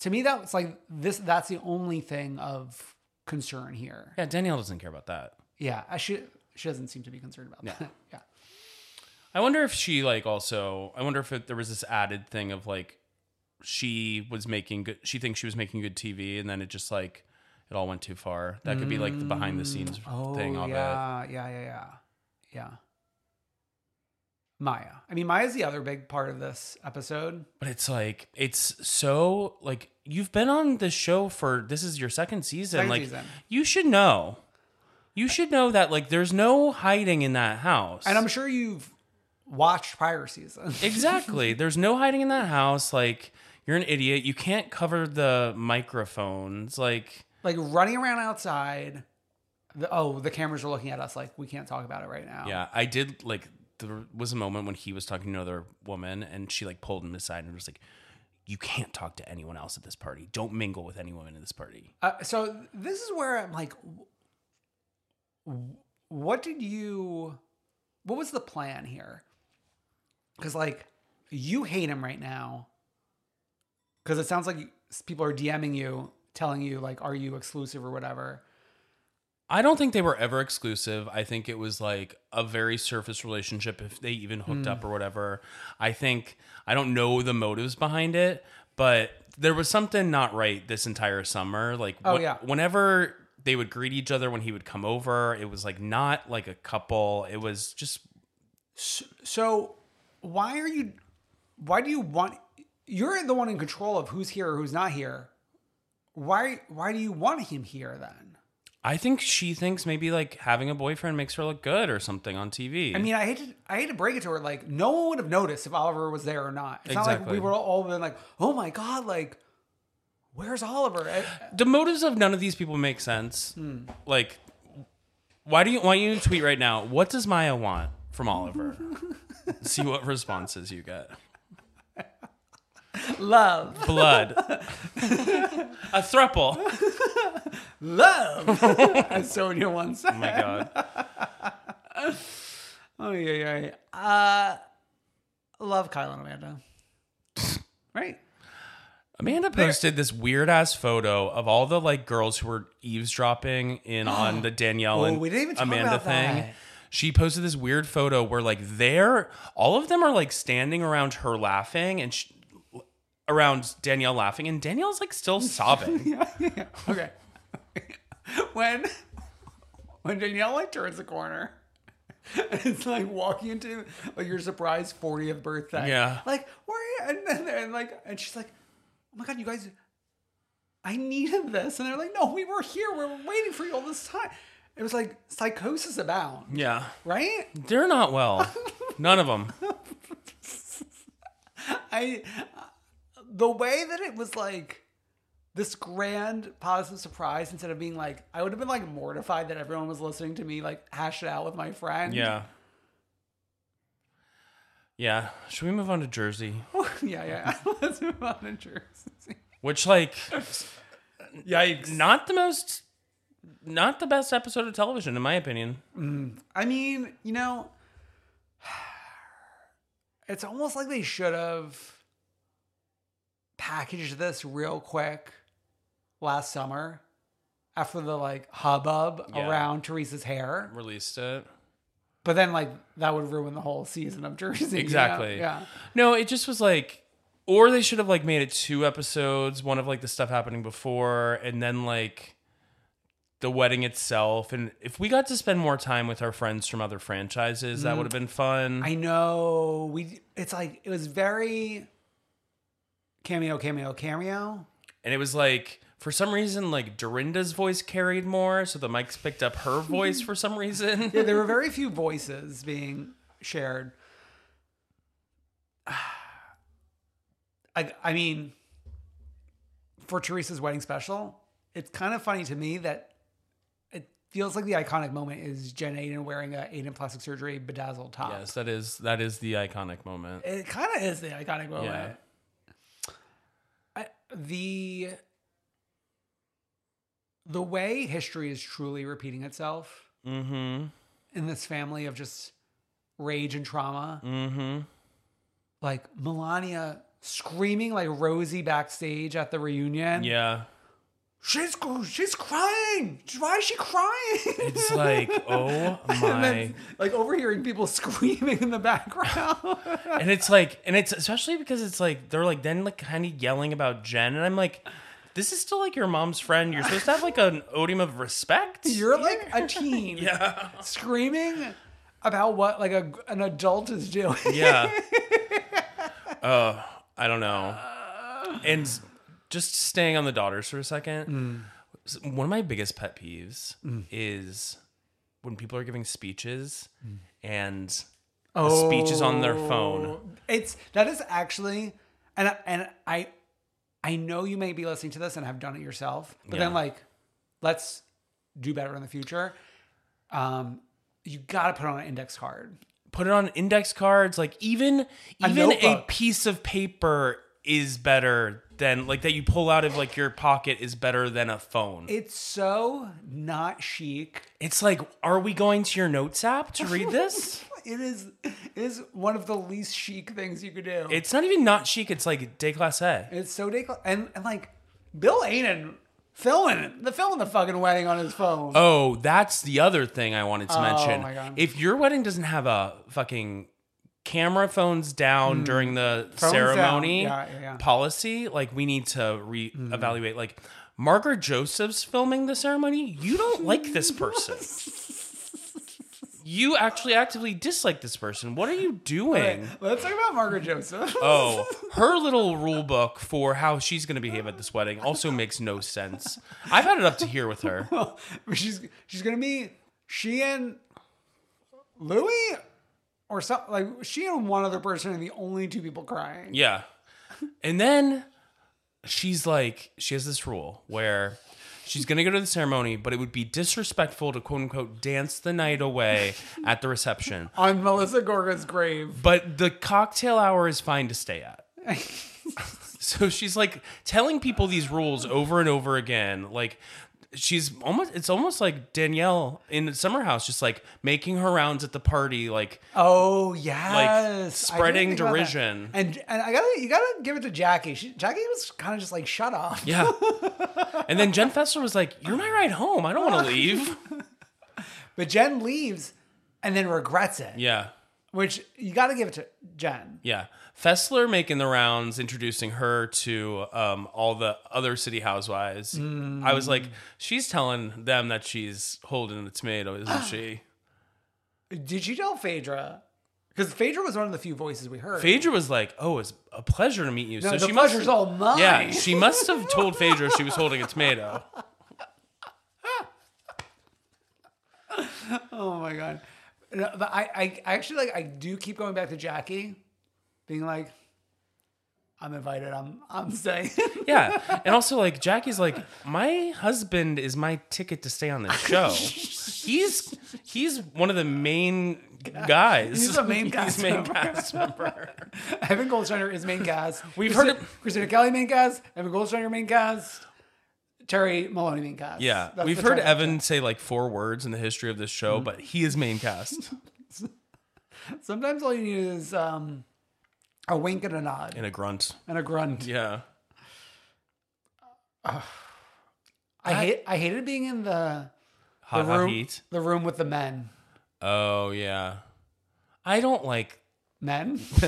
Speaker 3: To me, that was like this. That's the only thing of concern here.
Speaker 2: Yeah, Danielle doesn't care about that.
Speaker 3: Yeah, I should. She doesn't seem to be concerned about that. [laughs] yeah.
Speaker 2: I wonder if she like also. I wonder if it, there was this added thing of like she was making good. She thinks she was making good TV, and then it just like it all went too far. That could be like the behind the scenes
Speaker 3: Oh,
Speaker 2: thing of it.
Speaker 3: yeah, yeah, yeah, yeah, yeah. Maya. I mean, Maya's the other big part of this episode.
Speaker 2: But it's like it's so like you've been on this show for this is your second season.
Speaker 3: Second
Speaker 2: like
Speaker 3: season.
Speaker 2: you should know. You should know that like there's no hiding in that house.
Speaker 3: And I'm sure you've watched prior seasons. [laughs]
Speaker 2: Exactly. There's no hiding in that house. Like you're an idiot. You can't cover the microphones. Like
Speaker 3: like running around outside. The, oh, the cameras are looking at us like we can't talk about it right now.
Speaker 2: yeah, I did like there was a moment when he was talking to another woman and she like pulled him aside and was like you can't talk to anyone else at this party. Don't mingle with any women at this party.
Speaker 3: Uh, so this is where I'm like, w- w- what did you? What was the plan here? Because like, you hate him right now. Because it sounds like s- people are DMing you, telling you like, are you exclusive or whatever?
Speaker 2: I don't think they were ever exclusive. I think it was like a very surface relationship, if they even hooked up or whatever. I think I don't know the motives behind it, but there was something not right this entire summer. Like,
Speaker 3: Oh,
Speaker 2: wh-
Speaker 3: yeah.
Speaker 2: whenever they would greet each other when he would come over, it was like not like a couple. It was just
Speaker 3: So why are you? Why do you want? You're the one in control of who's here or who's not here. Why? Why do you want him here then?
Speaker 2: I think she thinks maybe like having a boyfriend makes her look good or something on TV.
Speaker 3: I mean, I hate to I hate to break it to her. Like, no one would have noticed if Oliver was there or not. It's not like
Speaker 2: Exactly.
Speaker 3: we were all been like, "Oh my god, like, where's Oliver?" I- I-
Speaker 2: the motives of none of these people make sense. Like, why do you why don't you tweet right now? What does Maya want from Oliver? See what responses you get.
Speaker 3: love, [laughs]
Speaker 2: Blood, a thruple. Oh
Speaker 3: love. [laughs] As Sonia once said.
Speaker 2: my god.
Speaker 3: [laughs] Oh yeah, yeah. yeah. Uh, love Kyle and Amanda. right.
Speaker 2: Amanda posted this weird ass photo of all the like girls who were eavesdropping in on the Danielle
Speaker 3: [gasps] Oh,
Speaker 2: and
Speaker 3: we didn't even talk
Speaker 2: Amanda
Speaker 3: about
Speaker 2: thing.
Speaker 3: that.
Speaker 2: she posted this weird photo where like they're all of them are like standing around her laughing and she, around Danielle laughing and Danielle's like still
Speaker 3: [laughs]
Speaker 2: sobbing.
Speaker 3: Okay. [laughs] when when Danielle like turns the corner, [laughs] and it's like walking into like your surprise 40th birthday.
Speaker 2: Yeah.
Speaker 3: Like where and then and like and she's like, oh my god, you guys, I needed this, and they're like, no, we were here, we were waiting for you all this time. It was like psychosis abound,
Speaker 2: Yeah.
Speaker 3: right?
Speaker 2: They're not well. None of them.
Speaker 3: [laughs] I the way that it was like this grand positive surprise instead of being like I would have been like mortified that everyone was listening to me like hash it out with my friend.
Speaker 2: Yeah. Yeah. Should we move on to Jersey?
Speaker 3: [laughs] yeah, yeah. Let's move on to Jersey.
Speaker 2: Which like
Speaker 3: Yikes.
Speaker 2: not the most not the best episode of television in my opinion.
Speaker 3: I mean, you know, [sighs] it's almost like they should have packaged this real quick last summer after the like hubbub
Speaker 2: Yeah.
Speaker 3: around Teresa's hair.
Speaker 2: Released it.
Speaker 3: But then, like, that would ruin the whole season of Jersey. you know?
Speaker 2: Exactly.
Speaker 3: Yeah.
Speaker 2: No, it just was like, or they should have like made it two episodes, one of like the stuff happening before, and then like the wedding itself. And if we got to spend more time with our friends from other franchises, that would have been fun.
Speaker 3: Mm. I know. We. It's like it was very cameo, cameo, cameo.
Speaker 2: and it was like. For some reason, like Dorinda's voice carried more, so the mics picked up her voice for some reason.
Speaker 3: [laughs] Yeah,
Speaker 2: [laughs]
Speaker 3: there were very few voices being shared. [sighs] I, I mean, for Teresa's wedding special, it's kind of funny to me that it feels like the iconic moment is Jen Aiden wearing a Aiden plastic surgery bedazzled top.
Speaker 2: yes, that is that is the iconic moment.
Speaker 3: It kind of is the iconic moment.
Speaker 2: Yeah.
Speaker 3: I, the the way history is truly repeating itself
Speaker 2: Mm-hmm.
Speaker 3: in this family of just rage and trauma.
Speaker 2: Mm-hmm.
Speaker 3: Like Melania screaming like Rosie backstage at the reunion.
Speaker 2: Yeah.
Speaker 3: she's she's crying. Why is she crying?
Speaker 2: It's
Speaker 3: [laughs]
Speaker 2: like, oh
Speaker 3: and
Speaker 2: my
Speaker 3: then, like overhearing people screaming in the background.
Speaker 2: [laughs] and it's like and it's especially because it's like they're like then like kind of yelling about jen and i'm like this is still like your mom's friend you're supposed to have like an odium of respect
Speaker 3: You're like
Speaker 2: [laughs]
Speaker 3: a teen screaming about what like a, an adult is doing.
Speaker 2: yeah [laughs] oh i don't know and s- just staying on the daughters for a second s- one of my biggest pet peeves is when people are giving speeches and the speech is on their phone
Speaker 3: Oh, It's that is actually, and and I, I know you may be listening to this and have done it yourself, but then
Speaker 2: Yeah.
Speaker 3: like, let's do better in the future. Um, you gotta put on an index card.
Speaker 2: put it on index cards like even
Speaker 3: A
Speaker 2: even a
Speaker 3: notebook.
Speaker 2: piece of paper is better than like that you pull out of like your pocket is better than a phone
Speaker 3: It's so not chic.
Speaker 2: it's like are we going to your notes app to
Speaker 3: [laughs]
Speaker 2: read this
Speaker 3: It is it is one of the least chic things you could do.
Speaker 2: it's not even not chic it's like déclassé
Speaker 3: it's so decla- and and like Bill Aiden filming the filming the fucking wedding on his phone. Oh
Speaker 2: oh that's the other thing i wanted to mention
Speaker 3: my God.
Speaker 2: if your wedding doesn't have a fucking camera phones down during the
Speaker 3: Mm. Phones down.
Speaker 2: ceremony
Speaker 3: Yeah, yeah, yeah.
Speaker 2: policy like we need to re-evaluate like margaret joseph's filming the ceremony you don't like this
Speaker 3: [laughs]
Speaker 2: person you actually actively dislike this person what are you doing
Speaker 3: Let's talk about Margaret Joseph.
Speaker 2: Oh, her little rule book for how she's going to behave at this wedding also makes no sense. I've had it up to here with her.
Speaker 3: [laughs] she's she's gonna be she and Louis or something like she and one other person are the only two people crying.
Speaker 2: Yeah. And then she's like, she has this rule where she's going to go to the ceremony, but it would be disrespectful to quote unquote dance the night away at the reception.
Speaker 3: [laughs] On Melissa Gorga's grave.
Speaker 2: But the cocktail hour is fine to stay at. so she's like telling people these rules over and over again. Like, She's almost, it's almost like Danielle in Summer House, just like making her rounds at the party, like,
Speaker 3: Oh yes. I didn't
Speaker 2: spreading
Speaker 3: think about that.
Speaker 2: derision.
Speaker 3: And and I gotta you gotta give it to Jackie. She, Jackie was kind of just like shut up. [laughs]
Speaker 2: yeah. and then
Speaker 3: [laughs]
Speaker 2: Jen Fessler was like, You're my ride home. I don't want to leave.
Speaker 3: But Jen leaves and then regrets it.
Speaker 2: Yeah.
Speaker 3: Which you got to give it to Jen.
Speaker 2: Yeah. Fessler making the rounds, introducing her to um, all the other city housewives. I was
Speaker 3: Mm.
Speaker 2: like, she's telling them that she's holding a tomato,
Speaker 3: Ah.
Speaker 2: isn't she?
Speaker 3: Did you tell Phaedra? Because Phaedra was one of the few voices we heard.
Speaker 2: Phaedra was like, "Oh, it's a pleasure to meet you."
Speaker 3: No,
Speaker 2: so
Speaker 3: the
Speaker 2: she
Speaker 3: pleasure's
Speaker 2: must,
Speaker 3: all mine.
Speaker 2: Yeah, she must have told Phaedra she was holding a tomato.
Speaker 3: [laughs] Oh my god. No, but I, I, I actually like. I do keep going back to Jackie, being like, "I'm invited. I'm, I'm staying." [laughs]
Speaker 2: Yeah, and also like Jackie's like, "My husband is my ticket to stay on this
Speaker 3: [laughs]
Speaker 2: show. he's he's one of the main guys.
Speaker 3: He's the main
Speaker 2: [laughs]
Speaker 3: cast
Speaker 2: He's main
Speaker 3: member.
Speaker 2: cast member.
Speaker 3: [laughs] Evan Goldsteiner is main cast.
Speaker 2: [laughs] We've
Speaker 3: Christi-
Speaker 2: heard it-
Speaker 3: Christina Kelly main cast. Evan Goldsteiner main cast. Terry Maloney main cast.
Speaker 2: Yeah,
Speaker 3: That's Mm-hmm.
Speaker 2: we've
Speaker 3: the
Speaker 2: heard
Speaker 3: trifecta.
Speaker 2: Evan say like four words in the history of this show, but he is main cast
Speaker 3: Sometimes all you need is um, a wink and a nod
Speaker 2: in a grunt.
Speaker 3: and a grunt.
Speaker 2: Yeah,
Speaker 3: I hate. I hated being in the the
Speaker 2: hot, hot
Speaker 3: room.
Speaker 2: heat.
Speaker 3: The room with the men.
Speaker 2: Oh yeah, I don't like
Speaker 3: Men. [laughs]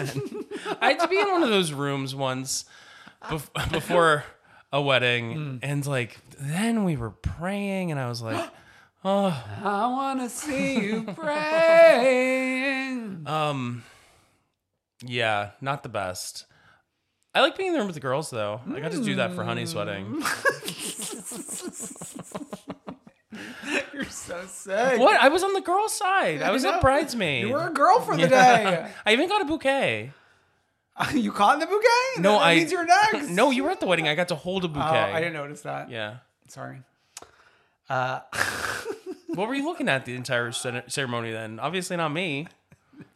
Speaker 2: I had to be in one of those rooms once
Speaker 3: [laughs]
Speaker 2: bef- before a wedding,
Speaker 3: Hmm.
Speaker 2: and like then we were praying, and I was
Speaker 3: [gasps]
Speaker 2: like,
Speaker 3: I want to see you praying.
Speaker 2: [laughs] um, yeah, not the best. I like being in the room with the girls though. I got to do that for Honey's
Speaker 3: Hmm.
Speaker 2: wedding.
Speaker 3: You're so sick.
Speaker 2: What? I was on the girl side. I was
Speaker 3: know.
Speaker 2: a bridesmaid.
Speaker 3: You were a girl for the
Speaker 2: Yeah. [laughs] I even got a bouquet.
Speaker 3: day. [laughs] you caught in the bouquet?
Speaker 2: No,
Speaker 3: that
Speaker 2: I.
Speaker 3: means you're next.
Speaker 2: [laughs] no, you were at the wedding. I got to hold a bouquet.
Speaker 3: Oh, I didn't notice that.
Speaker 2: Yeah. Uh,
Speaker 3: Sorry.
Speaker 2: [laughs] What were you looking at the entire cere- ceremony then? Obviously not me.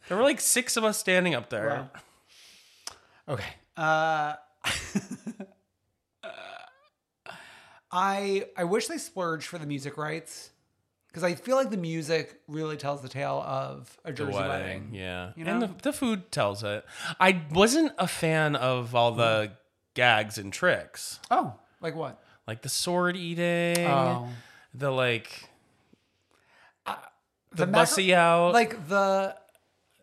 Speaker 2: There were like six of us standing up there.
Speaker 3: Okay. Uh, [laughs] I I wish they splurged for the music rights because I feel like the music really tells the tale of a
Speaker 2: the
Speaker 3: Jersey
Speaker 2: wedding.
Speaker 3: wedding.
Speaker 2: Yeah.
Speaker 3: You
Speaker 2: And
Speaker 3: know?
Speaker 2: the, the food tells it. I wasn't a fan of all the gags and tricks,
Speaker 3: Oh, like what?
Speaker 2: like the sword eating,
Speaker 3: Oh.
Speaker 2: the like,
Speaker 3: The,
Speaker 2: bussy out.
Speaker 3: Like the. [laughs]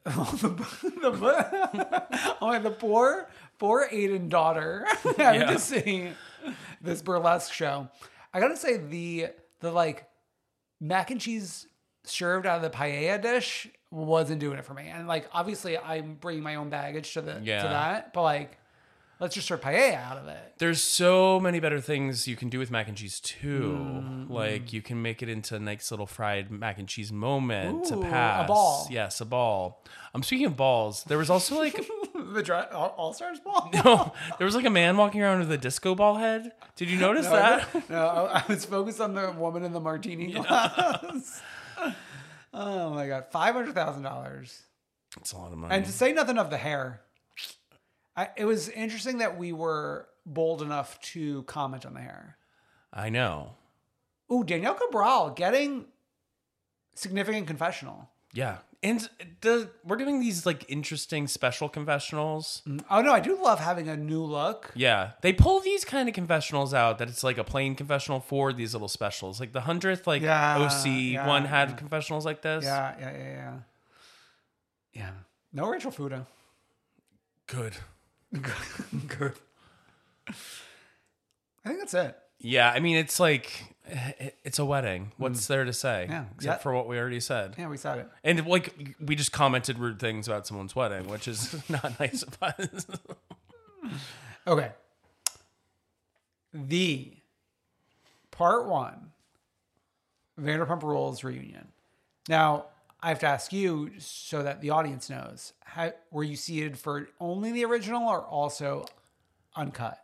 Speaker 3: Oh, the, the, [laughs] oh, and the poor, poor Aiden daughter [laughs] having
Speaker 2: Yeah.
Speaker 3: to sing this burlesque show. I gotta say the the like mac and cheese served out of the paella dish wasn't doing it for me. And like obviously I'm bringing my own baggage to the
Speaker 2: Yeah.
Speaker 3: to that, but like let's just serve paella out of it.
Speaker 2: there's so many better things you can do with mac and cheese too.
Speaker 3: Mm.
Speaker 2: Like you can make it into a nice little fried mac and cheese moment to
Speaker 3: Ooh, a
Speaker 2: pass.
Speaker 3: ball.
Speaker 2: Yes, a ball. I'm speaking of balls. There was also like
Speaker 3: [laughs] the dry, all, all stars ball.
Speaker 2: [laughs] no, there was like a man walking around with a disco ball head. Did you notice that?
Speaker 3: No, I I was focused on the woman in the martini glass. [laughs] oh my god, five hundred thousand dollars,
Speaker 2: It's a lot of money.
Speaker 3: and to say nothing of the hair. I, it was interesting that we were bold enough to comment on the hair.
Speaker 2: I know.
Speaker 3: Ooh, Danielle Cabral getting significant confessional.
Speaker 2: Yeah. And the we're doing these like interesting special confessionals.
Speaker 3: Oh no, I do love having a new look.
Speaker 2: Yeah. They pull these kind of confessionals out that it's like a plain confessional for these little specials. Like the 100th like
Speaker 3: Yeah,
Speaker 2: OC
Speaker 3: yeah,
Speaker 2: one had
Speaker 3: yeah.
Speaker 2: confessionals like this.
Speaker 3: Yeah, yeah, yeah, yeah. Yeah. No Rachel Fuda.
Speaker 2: Good.
Speaker 3: [laughs] Good. I think that's it.
Speaker 2: Yeah, I mean it's like [sighs] it- it's a wedding. What's there to say?
Speaker 3: Mm. Yeah.
Speaker 2: Except
Speaker 3: Yeah.
Speaker 2: for what we already said.
Speaker 3: Yeah, we said it.
Speaker 2: And like we just commented rude things about someone's wedding, which is [laughs] not nice of us.
Speaker 3: [laughs] Okay. The part one Vanderpump Rules reunion. Now, I have to ask you so that the audience knows how, were you seated for only the original or also uncut?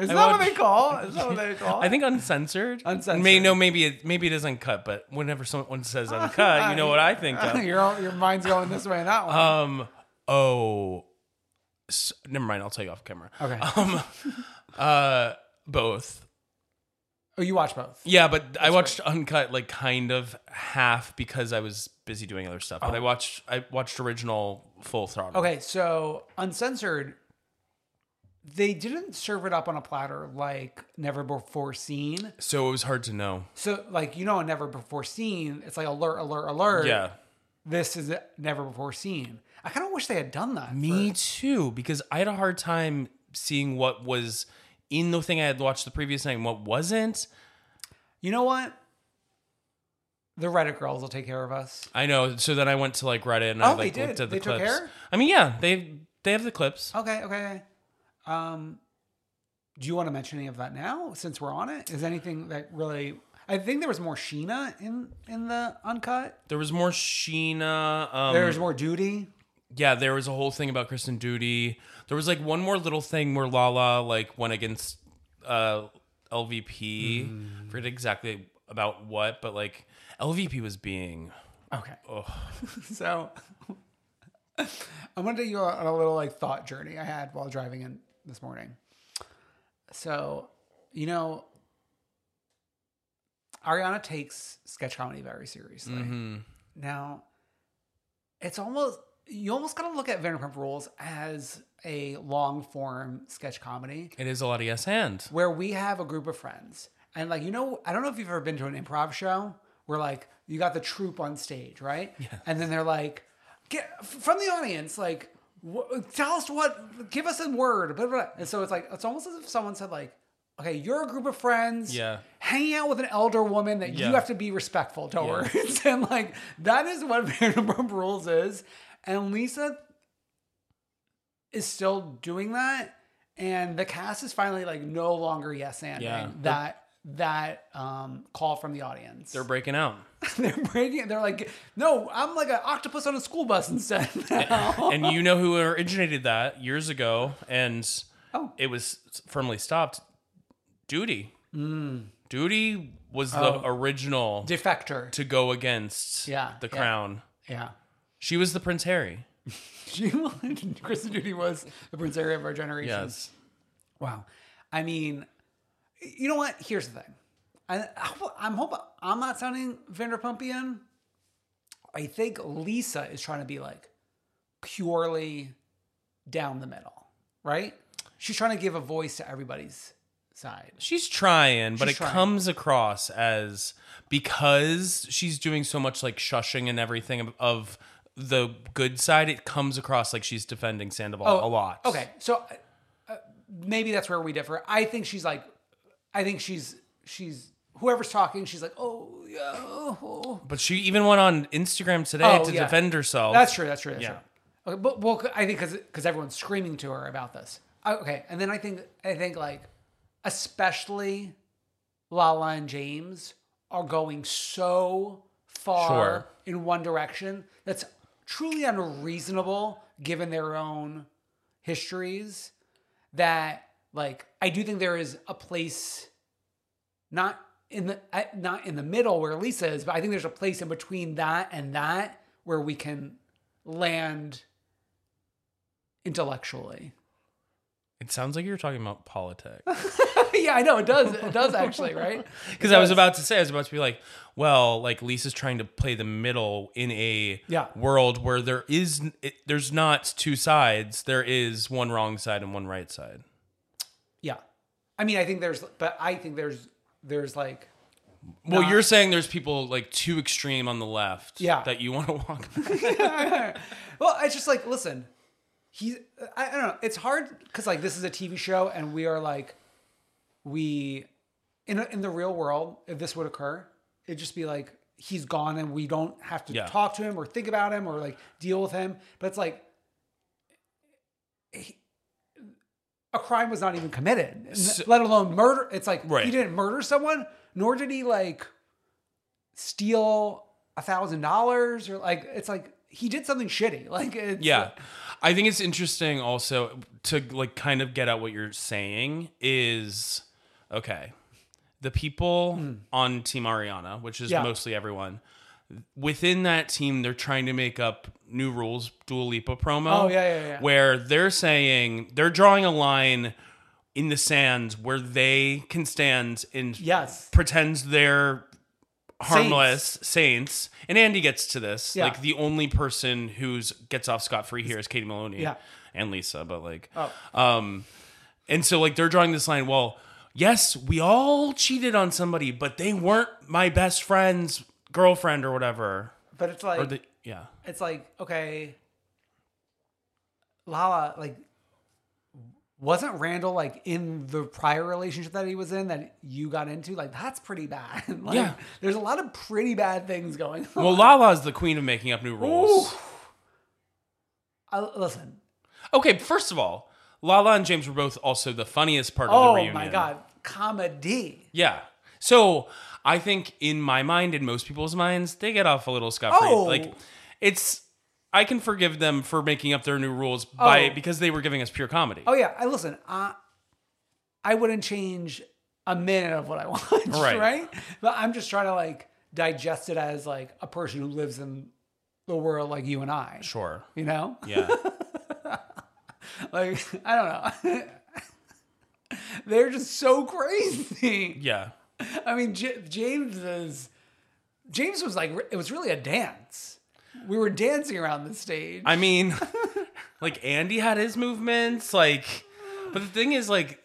Speaker 3: Is that what
Speaker 2: watched-
Speaker 3: they call? Is that
Speaker 2: [laughs]
Speaker 3: what they call?
Speaker 2: I think uncensored.
Speaker 3: Uncensored.
Speaker 2: May no, maybe it maybe it is uncut, but whenever someone
Speaker 3: [laughs]
Speaker 2: says uncut, you know what I think of.
Speaker 3: your your mind's going this way and that one.
Speaker 2: Um. Oh. S never mind. I'll tell you off camera.
Speaker 3: Okay.
Speaker 2: [laughs] Um. uh. Both.
Speaker 3: oh, you watch both.
Speaker 2: Yeah, but I watched uncut like kind of half because I was busy doing other stuff.
Speaker 3: Oh.
Speaker 2: But I watched I watched original full throttle.
Speaker 3: Okay, so uncensored they didn't serve it up on a platter like never before seen.
Speaker 2: So it was hard to know.
Speaker 3: So like you know, never before seen. It's like alert, alert, alert.
Speaker 2: Yeah.
Speaker 3: This is never before seen. I kind of wish they had done that.
Speaker 2: Me too, because I had a hard time seeing what was in the thing I had watched the previous night and what wasn't.
Speaker 3: You know what? The Reddit girls will take care of us.
Speaker 2: I know. So then I went to like Reddit and
Speaker 3: Oh,
Speaker 2: I
Speaker 3: they
Speaker 2: like
Speaker 3: did.
Speaker 2: looked at the
Speaker 3: They took
Speaker 2: clips.
Speaker 3: care?
Speaker 2: I mean, yeah, they they have the clips.
Speaker 3: Okay, okay. Um, do you want to mention any of that now since we're on it? Is anything that really? I think there was more Sheena in in the uncut.
Speaker 2: There was more Sheena. Um,
Speaker 3: there was more Duty.
Speaker 2: yeah, there was a whole thing about Kristen Duty. There was like one more little thing where Lala like went against uh LVP. I forget exactly about what, but like LVP was being
Speaker 3: Okay. [laughs] so I'm going to take you on a little like thought journey I had while driving in this morning. So, you know, Ariana takes sketch comedy very seriously. Now, it's almost you almost got to look at Vanderpump Rules as a long form sketch comedy
Speaker 2: it is a lot of yes and.
Speaker 3: where we have a group of friends and like you know i don't know if you've ever been to an improv show where like you got the troupe on stage right yeah. and then they're like get f- from the audience like wh- tell us what give us a word blah, blah, blah. and so it's like it's almost as if someone said like okay you're a group of friends
Speaker 2: Yeah.
Speaker 3: hanging out with an elder woman that
Speaker 2: Yeah.
Speaker 3: you have to be respectful towards [laughs] and like that is what [laughs] vanderpump rules is and lisa is still doing that and the cast is finally like no longer yes and
Speaker 2: Yeah.
Speaker 3: that that um call from the audience
Speaker 2: They're breaking out.
Speaker 3: [laughs] they're breaking it. they're like no i'm like an octopus on a school bus instead [laughs] now.
Speaker 2: [laughs] and you know who originated that years ago and
Speaker 3: Oh.
Speaker 2: it was firmly stopped duty
Speaker 3: Mm.
Speaker 2: duty was the original
Speaker 3: Oh. defector
Speaker 2: to go against
Speaker 3: Yeah,
Speaker 2: the
Speaker 3: yeah.
Speaker 2: crown
Speaker 3: yeah
Speaker 2: she was the prince harry
Speaker 3: she [laughs] kristen duty was the prince area of our generation
Speaker 2: yes
Speaker 3: Wow. I mean, you know what? Here's the thing. I, I'm hoping I'm not sounding Vanderpumpian. I think Lisa is trying to be like purely down the middle, right? She's trying to give a voice to everybody's side.
Speaker 2: she's trying but
Speaker 3: She's
Speaker 2: it
Speaker 3: trying.
Speaker 2: comes across as because she's doing so much like shushing and everything of, of the good side it comes across like she's defending sandoval a lot
Speaker 3: Oh, Okay, so uh, maybe that's where we differ. I think she's like, I think she's she's whoever's talking. She's like, oh yeah, oh, oh,
Speaker 2: but she even went on instagram today
Speaker 3: Oh,
Speaker 2: to
Speaker 3: yeah.
Speaker 2: defend herself
Speaker 3: That's true. That's true. That's
Speaker 2: Yeah.
Speaker 3: true. Okay, but well, I think because everyone's screaming to her about this. I- Okay, and then I think I think like especially Lala and James are going so far
Speaker 2: Sure.
Speaker 3: in one direction that's truly unreasonable given their own histories. That like I do think there is a place not in the I- not in the middle where Lisa is, but I think there's a place in between that and that where we can land intellectually. [laughs]
Speaker 2: it sounds like you're talking about politics
Speaker 3: yeah, I know it does. It does
Speaker 2: [laughs]
Speaker 3: actually, right?
Speaker 2: Because I was about to say, I was about to be like, well, like Lisa's trying to play the middle in a
Speaker 3: Yeah.
Speaker 2: world where there is, it, there's not two sides. There is one wrong side and one right side.
Speaker 3: Yeah, I mean, I think there's, but I think there's, there's like,
Speaker 2: Well, you're saying there's people like too extreme on the left
Speaker 3: Yeah.
Speaker 2: that you want to walk.
Speaker 3: [laughs] well, it's just like, listen, he, I, I don't know. It's hard because like this is a TV show, and we are like, we, in in the real world, if this would occur, it'd just be like he's gone, and we don't have to
Speaker 2: Yeah.
Speaker 3: talk to him or think about him or like deal with him. But it's like. he- a crime was not even committed, let alone murder. It's like
Speaker 2: Right.
Speaker 3: he didn't murder someone, nor did he like steal a thousand dollars or like it's like he did something shitty. [laughs] Like it's,
Speaker 2: yeah. I think it's interesting also to like kind of get at what you're saying is okay. The people on Team Ariana, which is
Speaker 3: Hmm. Yeah.
Speaker 2: mostly everyone, within that team, they're trying to make up new rules, Dua Lipa promo.
Speaker 3: Oh, yeah, yeah, yeah.
Speaker 2: Where they're saying they're drawing a line in the sands where they can stand and
Speaker 3: Yes.
Speaker 2: pretends they're harmless saints. And Andy gets to this.
Speaker 3: Yeah.
Speaker 2: Like the only person who's gets off scot free here is Katie Maloney
Speaker 3: Yeah.
Speaker 2: and Lisa, but like
Speaker 3: Oh.
Speaker 2: um And so like they're drawing this line, well, yes, we all cheated on somebody, but they weren't my best friend's girlfriend or whatever.
Speaker 3: But it's
Speaker 2: Or
Speaker 3: like
Speaker 2: the yeah.
Speaker 3: it's like okay, Lala like wasn't Randall like in the prior relationship that he was in that you got into? Like that's pretty bad. [laughs] like,
Speaker 2: Yeah.
Speaker 3: there's a lot of pretty bad things going on.
Speaker 2: Well, Lala's the queen of making up new rules.
Speaker 3: I, Uh, listen,
Speaker 2: Okay, first of all, Lala and James were both also the funniest part of
Speaker 3: oh
Speaker 2: the reunion.
Speaker 3: my god, comedy.
Speaker 2: Yeah. [laughs] So I think in my mind, in most people's minds, they get off a little scot free.
Speaker 3: Oh.
Speaker 2: Like it's I can forgive them for making up their new rules by
Speaker 3: Oh.
Speaker 2: because they were giving us pure comedy.
Speaker 3: Oh yeah, I listen. I I wouldn't change a minute of what I [laughs] watched,
Speaker 2: Right.
Speaker 3: right. But I'm just trying to like digest it as like a person who lives in the world like you and I.
Speaker 2: Sure.
Speaker 3: You know,
Speaker 2: Yeah.
Speaker 3: [laughs] like I don't know. [laughs] They're just so crazy.
Speaker 2: yeah.
Speaker 3: I mean, J- James is James was like it was really a dance. We were dancing around the stage.
Speaker 2: I mean, like Andy had his movements, like but the thing is like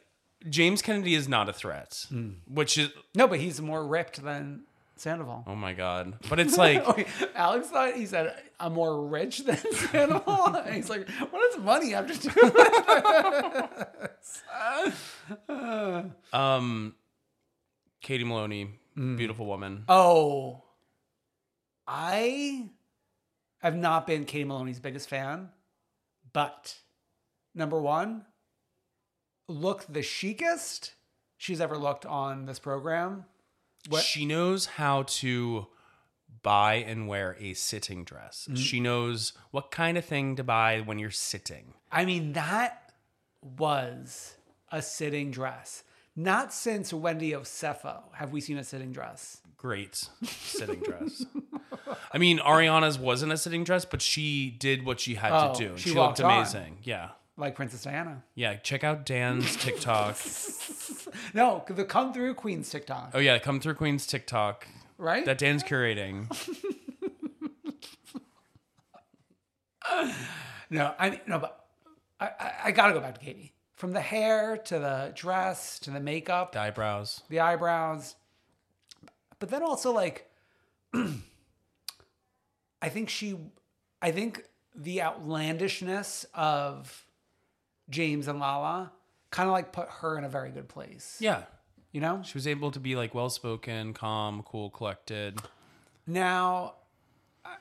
Speaker 2: James Kennedy is not a threat. Which is
Speaker 3: no, but he's more ripped than Sandoval.
Speaker 2: oh my god. But it's
Speaker 3: [laughs]
Speaker 2: like
Speaker 3: Wait, Alex thought he said I'm more rich than
Speaker 2: [laughs]
Speaker 3: [laughs] Sandoval. And he's like, what does money have to do with this?
Speaker 2: [laughs] um Katie Maloney, beautiful woman.
Speaker 3: Mm. oh, I have not been Katie Maloney's biggest fan, but number one, look the chicest she's ever looked on this program. What-
Speaker 2: She knows how to buy and wear a sitting dress.
Speaker 3: Mm-hmm.
Speaker 2: She knows what kind of thing to buy when you're sitting.
Speaker 3: I mean, that was a sitting dress. Not since Wendy Osefo have we seen a sitting dress.
Speaker 2: Great sitting
Speaker 3: [laughs]
Speaker 2: dress. I mean, Ariana's wasn't a sitting dress, but she did what she had
Speaker 3: Oh,
Speaker 2: to do.
Speaker 3: she
Speaker 2: She, looked
Speaker 3: walked on.
Speaker 2: amazing. Yeah.
Speaker 3: Like Princess Diana.
Speaker 2: Yeah. Check out Dan's TikTok.
Speaker 3: [laughs] No, the come through Queen's TikTok,
Speaker 2: oh, yeah. Come Through Queen's TikTok
Speaker 3: right?
Speaker 2: that Dan's curating.
Speaker 3: [laughs] no, I mean, no, but I, I, I gotta go back to Katie. From the hair to the dress to the makeup,
Speaker 2: The eyebrows.
Speaker 3: the eyebrows. But then also like [clears throat] I think she I think the outlandishness of James and Lala kind of like put her in a very good place.
Speaker 2: Yeah.
Speaker 3: You know?
Speaker 2: She was able to be like well spoken, calm, cool, collected.
Speaker 3: Now I,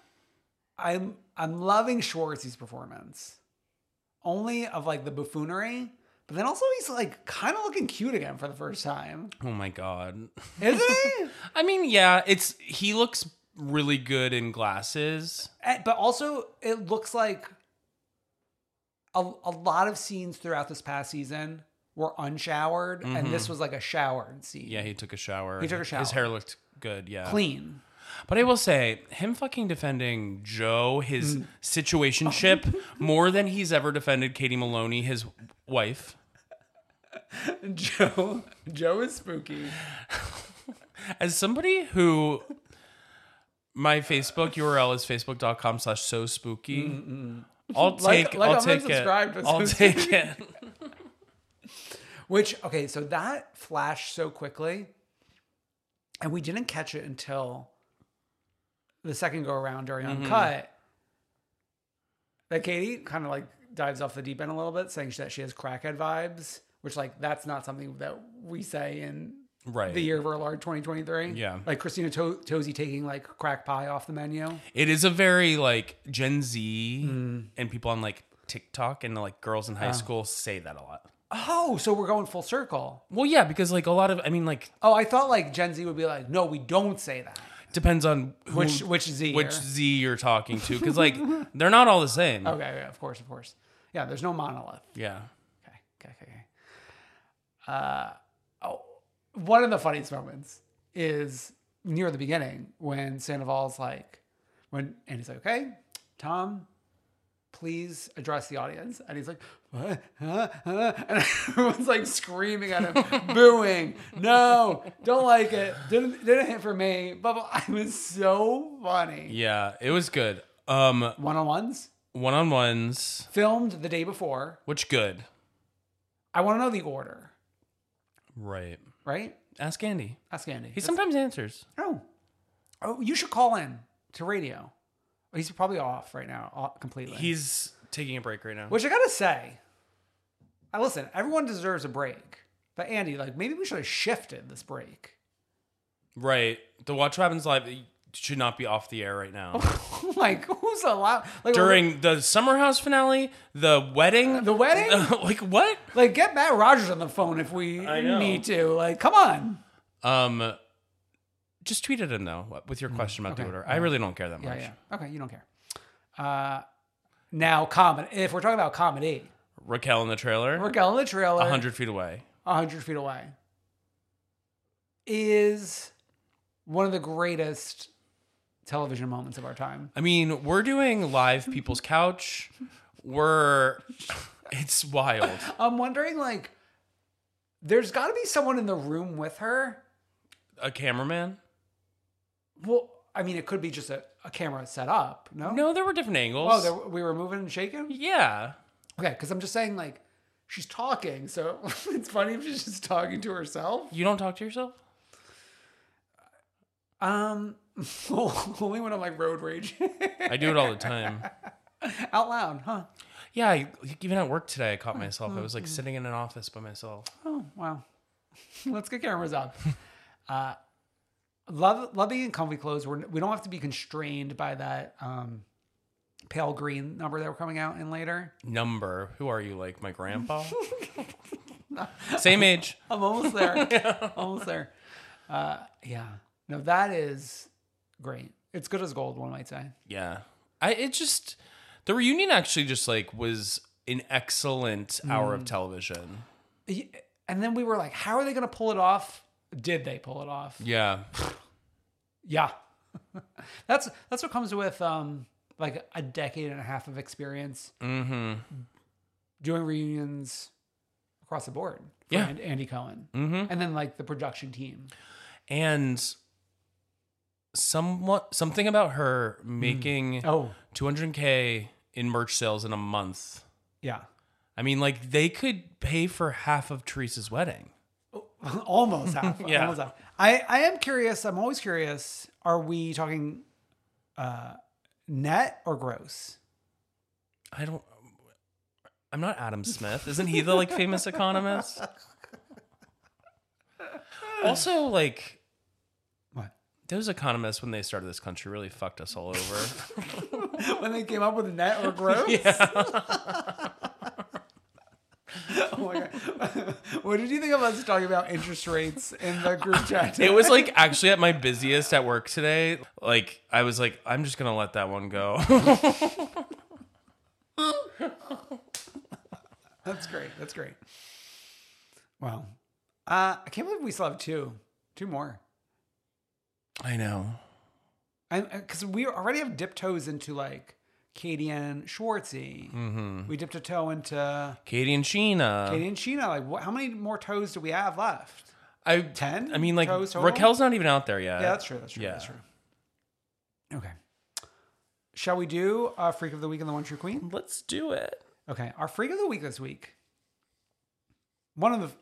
Speaker 3: I'm I'm loving Schwartz's performance. Only of like the buffoonery, but then also he's like kind of looking cute again for the first time.
Speaker 2: Oh, my God.
Speaker 3: Isn't he?
Speaker 2: [laughs] I mean, yeah, it's he looks really good in glasses.
Speaker 3: And- Eh, but also it looks like a, a lot of scenes throughout this past season were unshowered and this was like a showered scene
Speaker 2: Mm-hmm. Yeah, he took a shower.
Speaker 3: He took a
Speaker 2: His
Speaker 3: shower.
Speaker 2: hair looked good, yeah.
Speaker 3: clean
Speaker 2: But I will say, him fucking defending Joe, his
Speaker 3: Mm. [laughs]
Speaker 2: situationship, more than he's ever defended Katie Maloney, his wife.
Speaker 3: [laughs] joe joe is spooky
Speaker 2: [laughs] As somebody who my Facebook URL is facebook.com slash so spooky. I'll
Speaker 3: Mm, Like-
Speaker 2: take
Speaker 3: like
Speaker 2: I'll
Speaker 3: I'm
Speaker 2: take it.
Speaker 3: unsubscribed, but
Speaker 2: I'll
Speaker 3: so
Speaker 2: take it.
Speaker 3: [laughs] which okay so that flashed so quickly and we didn't catch it until the second go around during
Speaker 2: Mm-hmm.
Speaker 3: uncut that katie kind of like dives off the deep end a little bit saying that she has crackhead vibes which like that's not something that we say in
Speaker 2: Right.
Speaker 3: the year of our Lord 2023.
Speaker 2: Yeah.
Speaker 3: Like Christina to- Tozzi taking like crack pie off the menu. Mm.
Speaker 2: It is a very like Gen Z and people on like TikTok and like girls in high school say that a lot.
Speaker 3: Oh, so we're going full circle.
Speaker 2: Well, yeah, because like a lot of I mean like
Speaker 3: Oh, I thought like Gen Z would be like, no, we don't say that.
Speaker 2: depends on who,
Speaker 3: Which which Z?
Speaker 2: which
Speaker 3: here?
Speaker 2: Z you're talking to because like they're not all the same.
Speaker 3: Okay, yeah, of course, of course. Yeah, there's no monolith.
Speaker 2: Yeah.
Speaker 3: Okay, okay, okay. okay. Uh, oh, one of the funniest moments is near the beginning when Sandoval's like, when and he's like, okay, Tom, please address the audience, and he's like, what? Huh? Huh?" and [laughs] everyone's like screaming
Speaker 2: [laughs]
Speaker 3: at him, booing, no, don't like it, didn't didn't hit for me, blah blah. I was so funny.
Speaker 2: Yeah, it was good. Um
Speaker 3: One on ones
Speaker 2: one-on-ones,
Speaker 3: filmed the day before.
Speaker 2: which good.
Speaker 3: I want to know the order,
Speaker 2: Right.
Speaker 3: right?
Speaker 2: Ask Andy.
Speaker 3: Ask Andy.
Speaker 2: He
Speaker 3: That's-
Speaker 2: sometimes answers.
Speaker 3: Oh, oh, you should call in to radio. He's probably off right now, off completely.
Speaker 2: He's taking a break right now.
Speaker 3: which I gotta say. I listen. Everyone deserves a break, but Andy, like maybe we should have shifted this break.
Speaker 2: Right. The Watch What Happens Live should not be off the air right now.
Speaker 3: [laughs] like who's allowed? Like
Speaker 2: During the Summer House finale, the wedding.
Speaker 3: The wedding?
Speaker 2: [laughs] like what?
Speaker 3: like get Matt Rogers on the phone if we
Speaker 2: I know.
Speaker 3: need to. Like, come on.
Speaker 2: Um, just tweet at him though with your question about the
Speaker 3: Mm-hmm. Okay.
Speaker 2: order. I really don't care that
Speaker 3: Yeah,
Speaker 2: much.
Speaker 3: yeah. Okay, you don't care. Uh, now, comedy. If we're talking about comedy,
Speaker 2: Raquel in the trailer,
Speaker 3: we're going to the trailer.
Speaker 2: a hundred feet away.
Speaker 3: a hundred feet away is one of the greatest television moments of our time.
Speaker 2: I mean, we're doing live people's couch. We're it's wild.
Speaker 3: [laughs] I'm wondering, like, there's got to be someone in the room with her.
Speaker 2: A cameraman.
Speaker 3: Well, I mean, it could be just a, a camera set up. No,
Speaker 2: No, there were different angles.
Speaker 3: Oh, there, we were moving and shaking.
Speaker 2: yeah.
Speaker 3: Okay, because I'm just saying, like, she's talking, so [laughs] it's funny if she's just talking to herself.
Speaker 2: You don't talk to yourself.
Speaker 3: Um, [laughs] only when I'm like road rage
Speaker 2: I do it all the time.
Speaker 3: [laughs] out loud, huh?
Speaker 2: Yeah, I, even at work today, I caught myself. I was
Speaker 3: Mm-hmm.
Speaker 2: like sitting in an office by myself.
Speaker 3: Oh wow! [laughs] Let's get cameras up. [laughs] uh, love, love being in comfy clothes. We're, we don't have to be constrained by that um, pale green number that we're coming out in later.
Speaker 2: Number. Who are you? Like my
Speaker 3: [laughs]
Speaker 2: grandpa. Same age.
Speaker 3: I'm almost there.
Speaker 2: [laughs]
Speaker 3: Almost there. Uh, yeah. No, that is great. It's good as gold. One might say.
Speaker 2: Yeah. I it just the reunion actually just like was an excellent hour
Speaker 3: Mm.
Speaker 2: of television.
Speaker 3: Y- And then we were like, how are they going to pull it off? Did they pull it off?
Speaker 2: Yeah.
Speaker 3: Yeah. [laughs] that's that's what comes with um like a decade and a half of experience
Speaker 2: Mm-hmm.
Speaker 3: doing reunions across the board. for
Speaker 2: Yeah.
Speaker 3: An- Andy Cohen.
Speaker 2: Mm-hmm.
Speaker 3: And then like the production team.
Speaker 2: And somewhat something about her making
Speaker 3: Oh,
Speaker 2: 200k in merch sales in a month.
Speaker 3: yeah.
Speaker 2: I mean, like they could pay for half of Teresa's wedding.
Speaker 3: [laughs] almost half.
Speaker 2: [laughs] Yeah.
Speaker 3: Almost half. I, I am curious. I'm always curious. Are we talking uh, net or gross?
Speaker 2: I don't. I'm not Adam Smith. Isn't he the like famous
Speaker 3: [laughs]
Speaker 2: economist? Also, like
Speaker 3: What?
Speaker 2: those economists when they started this country really fucked us all over.
Speaker 3: [laughs] when they came up with net or
Speaker 2: [laughs]
Speaker 3: gross? [laughs] oh my God. [laughs] what did you think of us talking about interest rates in the group chat?
Speaker 2: It was like actually at my busiest at work today. Like I was like, I'm just gonna let that one go. [laughs]
Speaker 3: [laughs] That's great. That's great. Wow. Uh, I can't believe we still have two. Two more.
Speaker 2: I know.
Speaker 3: because uh, we already have dipped toes into like Katie and Schwartzy.
Speaker 2: Mm-hmm.
Speaker 3: We dipped a toe into
Speaker 2: Katie and Sheena.
Speaker 3: Katie and Sheena. Like, what, how many more toes do we have left?
Speaker 2: I
Speaker 3: 10
Speaker 2: I mean, like
Speaker 3: toes total?
Speaker 2: Raquel's not even out there yet.
Speaker 3: yeah, that's true. That's true. That's
Speaker 2: yeah.
Speaker 3: true. Okay. Shall we do a freak of the week and the one true queen?
Speaker 2: Let's do it.
Speaker 3: Okay, our freak of the week this week. One of the f-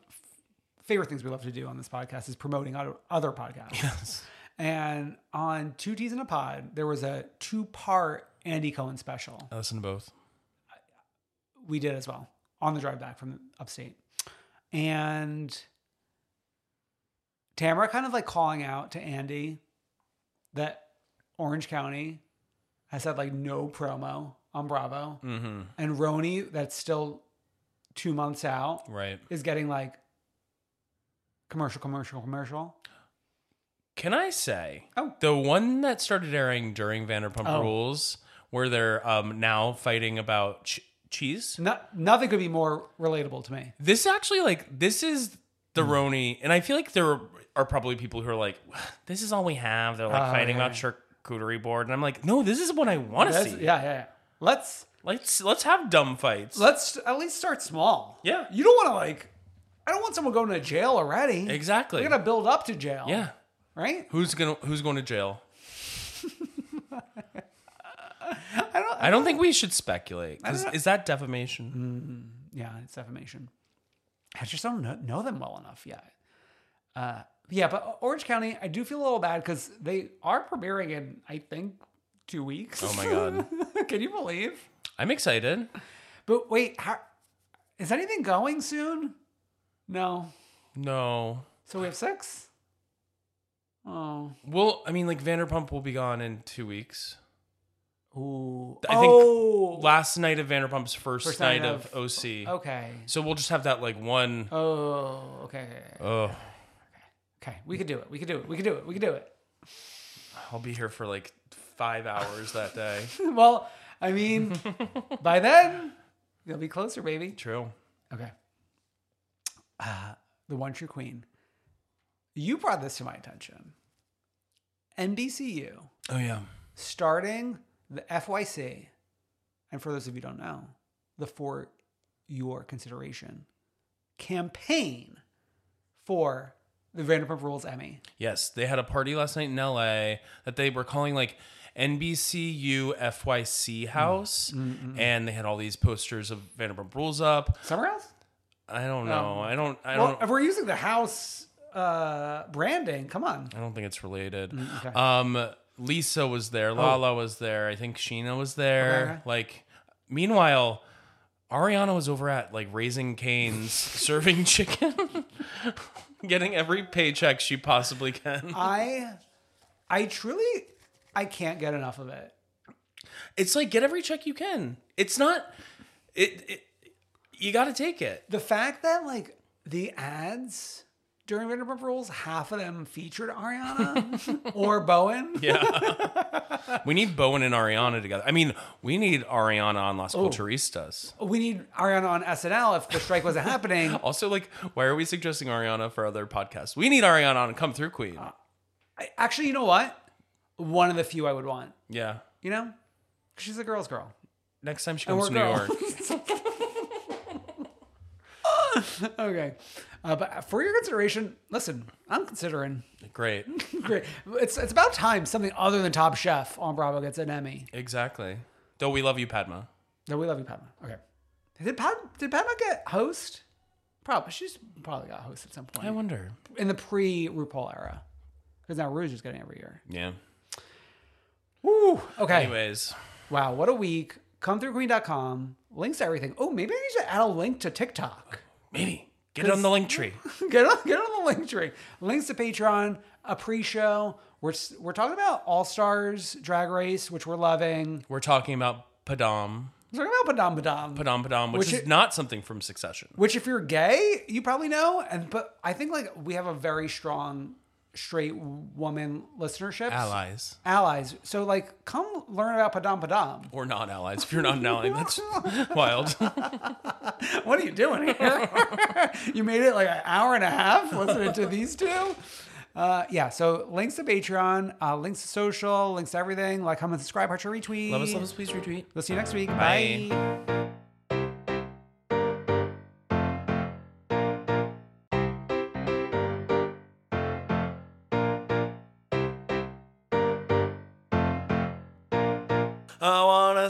Speaker 3: favorite things we love to do on this podcast is promoting other, other podcasts. Yes. And on Two Teas in a Pod, there was a two part Andy Cohen special.
Speaker 2: I listen to both.
Speaker 3: we did as well on the drive back from upstate. And Tamara kind of like calling out to Andy that Orange County has had like no promo on Bravo.
Speaker 2: Mm-hmm.
Speaker 3: And Roni, that's still two months out,
Speaker 2: Right.
Speaker 3: is getting like commercial, commercial, commercial.
Speaker 2: Can I say
Speaker 3: Oh.
Speaker 2: the one that started airing during Vanderpump
Speaker 3: Oh.
Speaker 2: Rules, where they're um, now fighting about ch- cheese?
Speaker 3: No, nothing could be more relatable to me.
Speaker 2: This actually, like, this is the
Speaker 3: Hmm.
Speaker 2: Roni, and I feel like there are probably people who are like, [sighs] "This is all we have." They're like
Speaker 3: Oh,
Speaker 2: fighting
Speaker 3: yeah.
Speaker 2: about charcuterie board, and I'm like, "No, this is what I want to
Speaker 3: That's-
Speaker 2: see.
Speaker 3: yeah, yeah, yeah. Let's
Speaker 2: Let's let's have dumb fights."
Speaker 3: Let's at least start small.
Speaker 2: Yeah.
Speaker 3: You don't want to like. I don't want someone going to jail already.
Speaker 2: Exactly.
Speaker 3: We're gonna build up to jail.
Speaker 2: yeah.
Speaker 3: Right.
Speaker 2: Who's gonna Who's going to jail?
Speaker 3: I don't. Mm-hmm.
Speaker 2: I don't think we should speculate. 'cause Is that defamation?
Speaker 3: yeah, it's defamation. I just don't know, know them well enough yet. Uh, yeah, but Orange County, I do feel a little bad because they are premiering in, I think, two weeks.
Speaker 5: Oh my God.
Speaker 3: [laughs] Can you believe?
Speaker 2: I'm excited.
Speaker 3: But wait, how, is anything going soon? No.
Speaker 2: No.
Speaker 3: So we have six? Oh.
Speaker 2: Well, I mean, like Vanderpump will be gone in two weeks.
Speaker 3: Ooh.
Speaker 2: I
Speaker 3: oh.
Speaker 2: think last night of Vanderpump's first,
Speaker 3: First
Speaker 2: night,
Speaker 3: night
Speaker 2: of,
Speaker 3: of-
Speaker 2: OC.
Speaker 3: Okay.
Speaker 2: So we'll just have that like one.
Speaker 3: Oh, okay. okay, okay.
Speaker 2: Oh,
Speaker 3: Okay, we could do it. We could do it. We could do it. We could do it.
Speaker 2: I'll be here for like five hours that day.
Speaker 3: [laughs] well,
Speaker 2: [laughs]
Speaker 3: I mean, by then, you'll be closer, baby.
Speaker 2: True.
Speaker 3: Okay. Uh, the One True Queen. You brought this to my attention. NBCU
Speaker 2: Oh yeah.
Speaker 3: starting the FYC, and for those of you who don't know, the For Your Consideration campaign for the Vanderpump Rules Emmy.
Speaker 2: Yes, they had a party last night in LA that they were calling like NBCU FYC House,
Speaker 3: Mm.
Speaker 2: and they had all these posters of Vanderpump Rules up.
Speaker 3: Somewhere else?
Speaker 2: I don't know.
Speaker 3: Oh.
Speaker 2: I don't. I
Speaker 3: well,
Speaker 2: don't.
Speaker 3: if we're using the house uh, branding, come on. Mm,
Speaker 2: I don't think it's related.
Speaker 3: okay. Oh.
Speaker 2: Um, Lisa was there. Lala was there. I think Sheena was there.
Speaker 3: Okay.
Speaker 2: Like, [laughs] meanwhile, Ariana was over at like raising
Speaker 3: [laughs]
Speaker 2: canes, serving chicken, getting every paycheck she possibly can.
Speaker 3: I, I truly, I can't get enough of it.
Speaker 2: It's like get every check you can. It's not. It. it you got to take it.
Speaker 3: The fact that like the ads during Vanderpump Rules, half of them
Speaker 2: [laughs]
Speaker 3: featured Ariana or Bowen. [laughs]
Speaker 2: We need Bowen and Ariana together. I mean, we need Ariana on Las
Speaker 3: Oh.
Speaker 2: Culturistas.
Speaker 3: We need Ariana on SNL if the strike wasn't happening.
Speaker 2: [laughs] Also, like, why are we suggesting Ariana for other podcasts? We need Ariana on Come Through Queen.
Speaker 3: I, actually, you know what? One of the few I would want.
Speaker 2: yeah.
Speaker 3: You know, 'Cause she's a girl's girl.
Speaker 2: Next time she
Speaker 3: And
Speaker 2: comes to New
Speaker 3: we're
Speaker 2: York.
Speaker 3: [laughs] Okay, uh, but for your consideration, listen, I'm considering.
Speaker 2: Great.
Speaker 3: [laughs] Great. It's it's about time something other than Top Chef on Bravo gets an Emmy.
Speaker 2: Exactly. Though we love you, Padma.
Speaker 3: No, we love you, Padma. Okay. Did Padma, did Padma get host? Probably. She's probably got host at some point
Speaker 2: I wonder.
Speaker 3: in the pre RuPaul era, because now Rouge is getting every year.
Speaker 2: Yeah.
Speaker 3: Woo. Okay.
Speaker 2: Anyways,
Speaker 3: Wow, what a week. Come through queen.com. Links to everything. Oh, maybe I need to add a link to TikTok.
Speaker 2: maybe get it on the link tree.
Speaker 3: [laughs] get on get on the link tree. Links to Patreon, a pre-show. We're s- we're talking about All Stars Drag Race, which we're loving.
Speaker 2: We're talking about Padam,
Speaker 3: We're talking about Padam Padam.
Speaker 2: Padam, Padam, which,
Speaker 3: Which
Speaker 2: is
Speaker 3: it-
Speaker 2: not something from Succession.
Speaker 3: Which if you're gay, you probably know. And but I think like we have a very strong straight woman listenership.
Speaker 2: Allies
Speaker 3: Allies. So like come learn about Padam Padam.
Speaker 2: or not allies. If you're not an ally,
Speaker 3: [laughs]
Speaker 2: that's wild.
Speaker 3: what are you doing here? [laughs] you made it like an hour and a half listening to these two. Uh, yeah, so links to Patreon, uh, links to social, links to everything. Like, comment, subscribe, heart, share, retweet.
Speaker 2: love us, love us. Please retweet.
Speaker 3: We'll see you next week.
Speaker 2: Bye.
Speaker 3: Bye.
Speaker 5: I wanna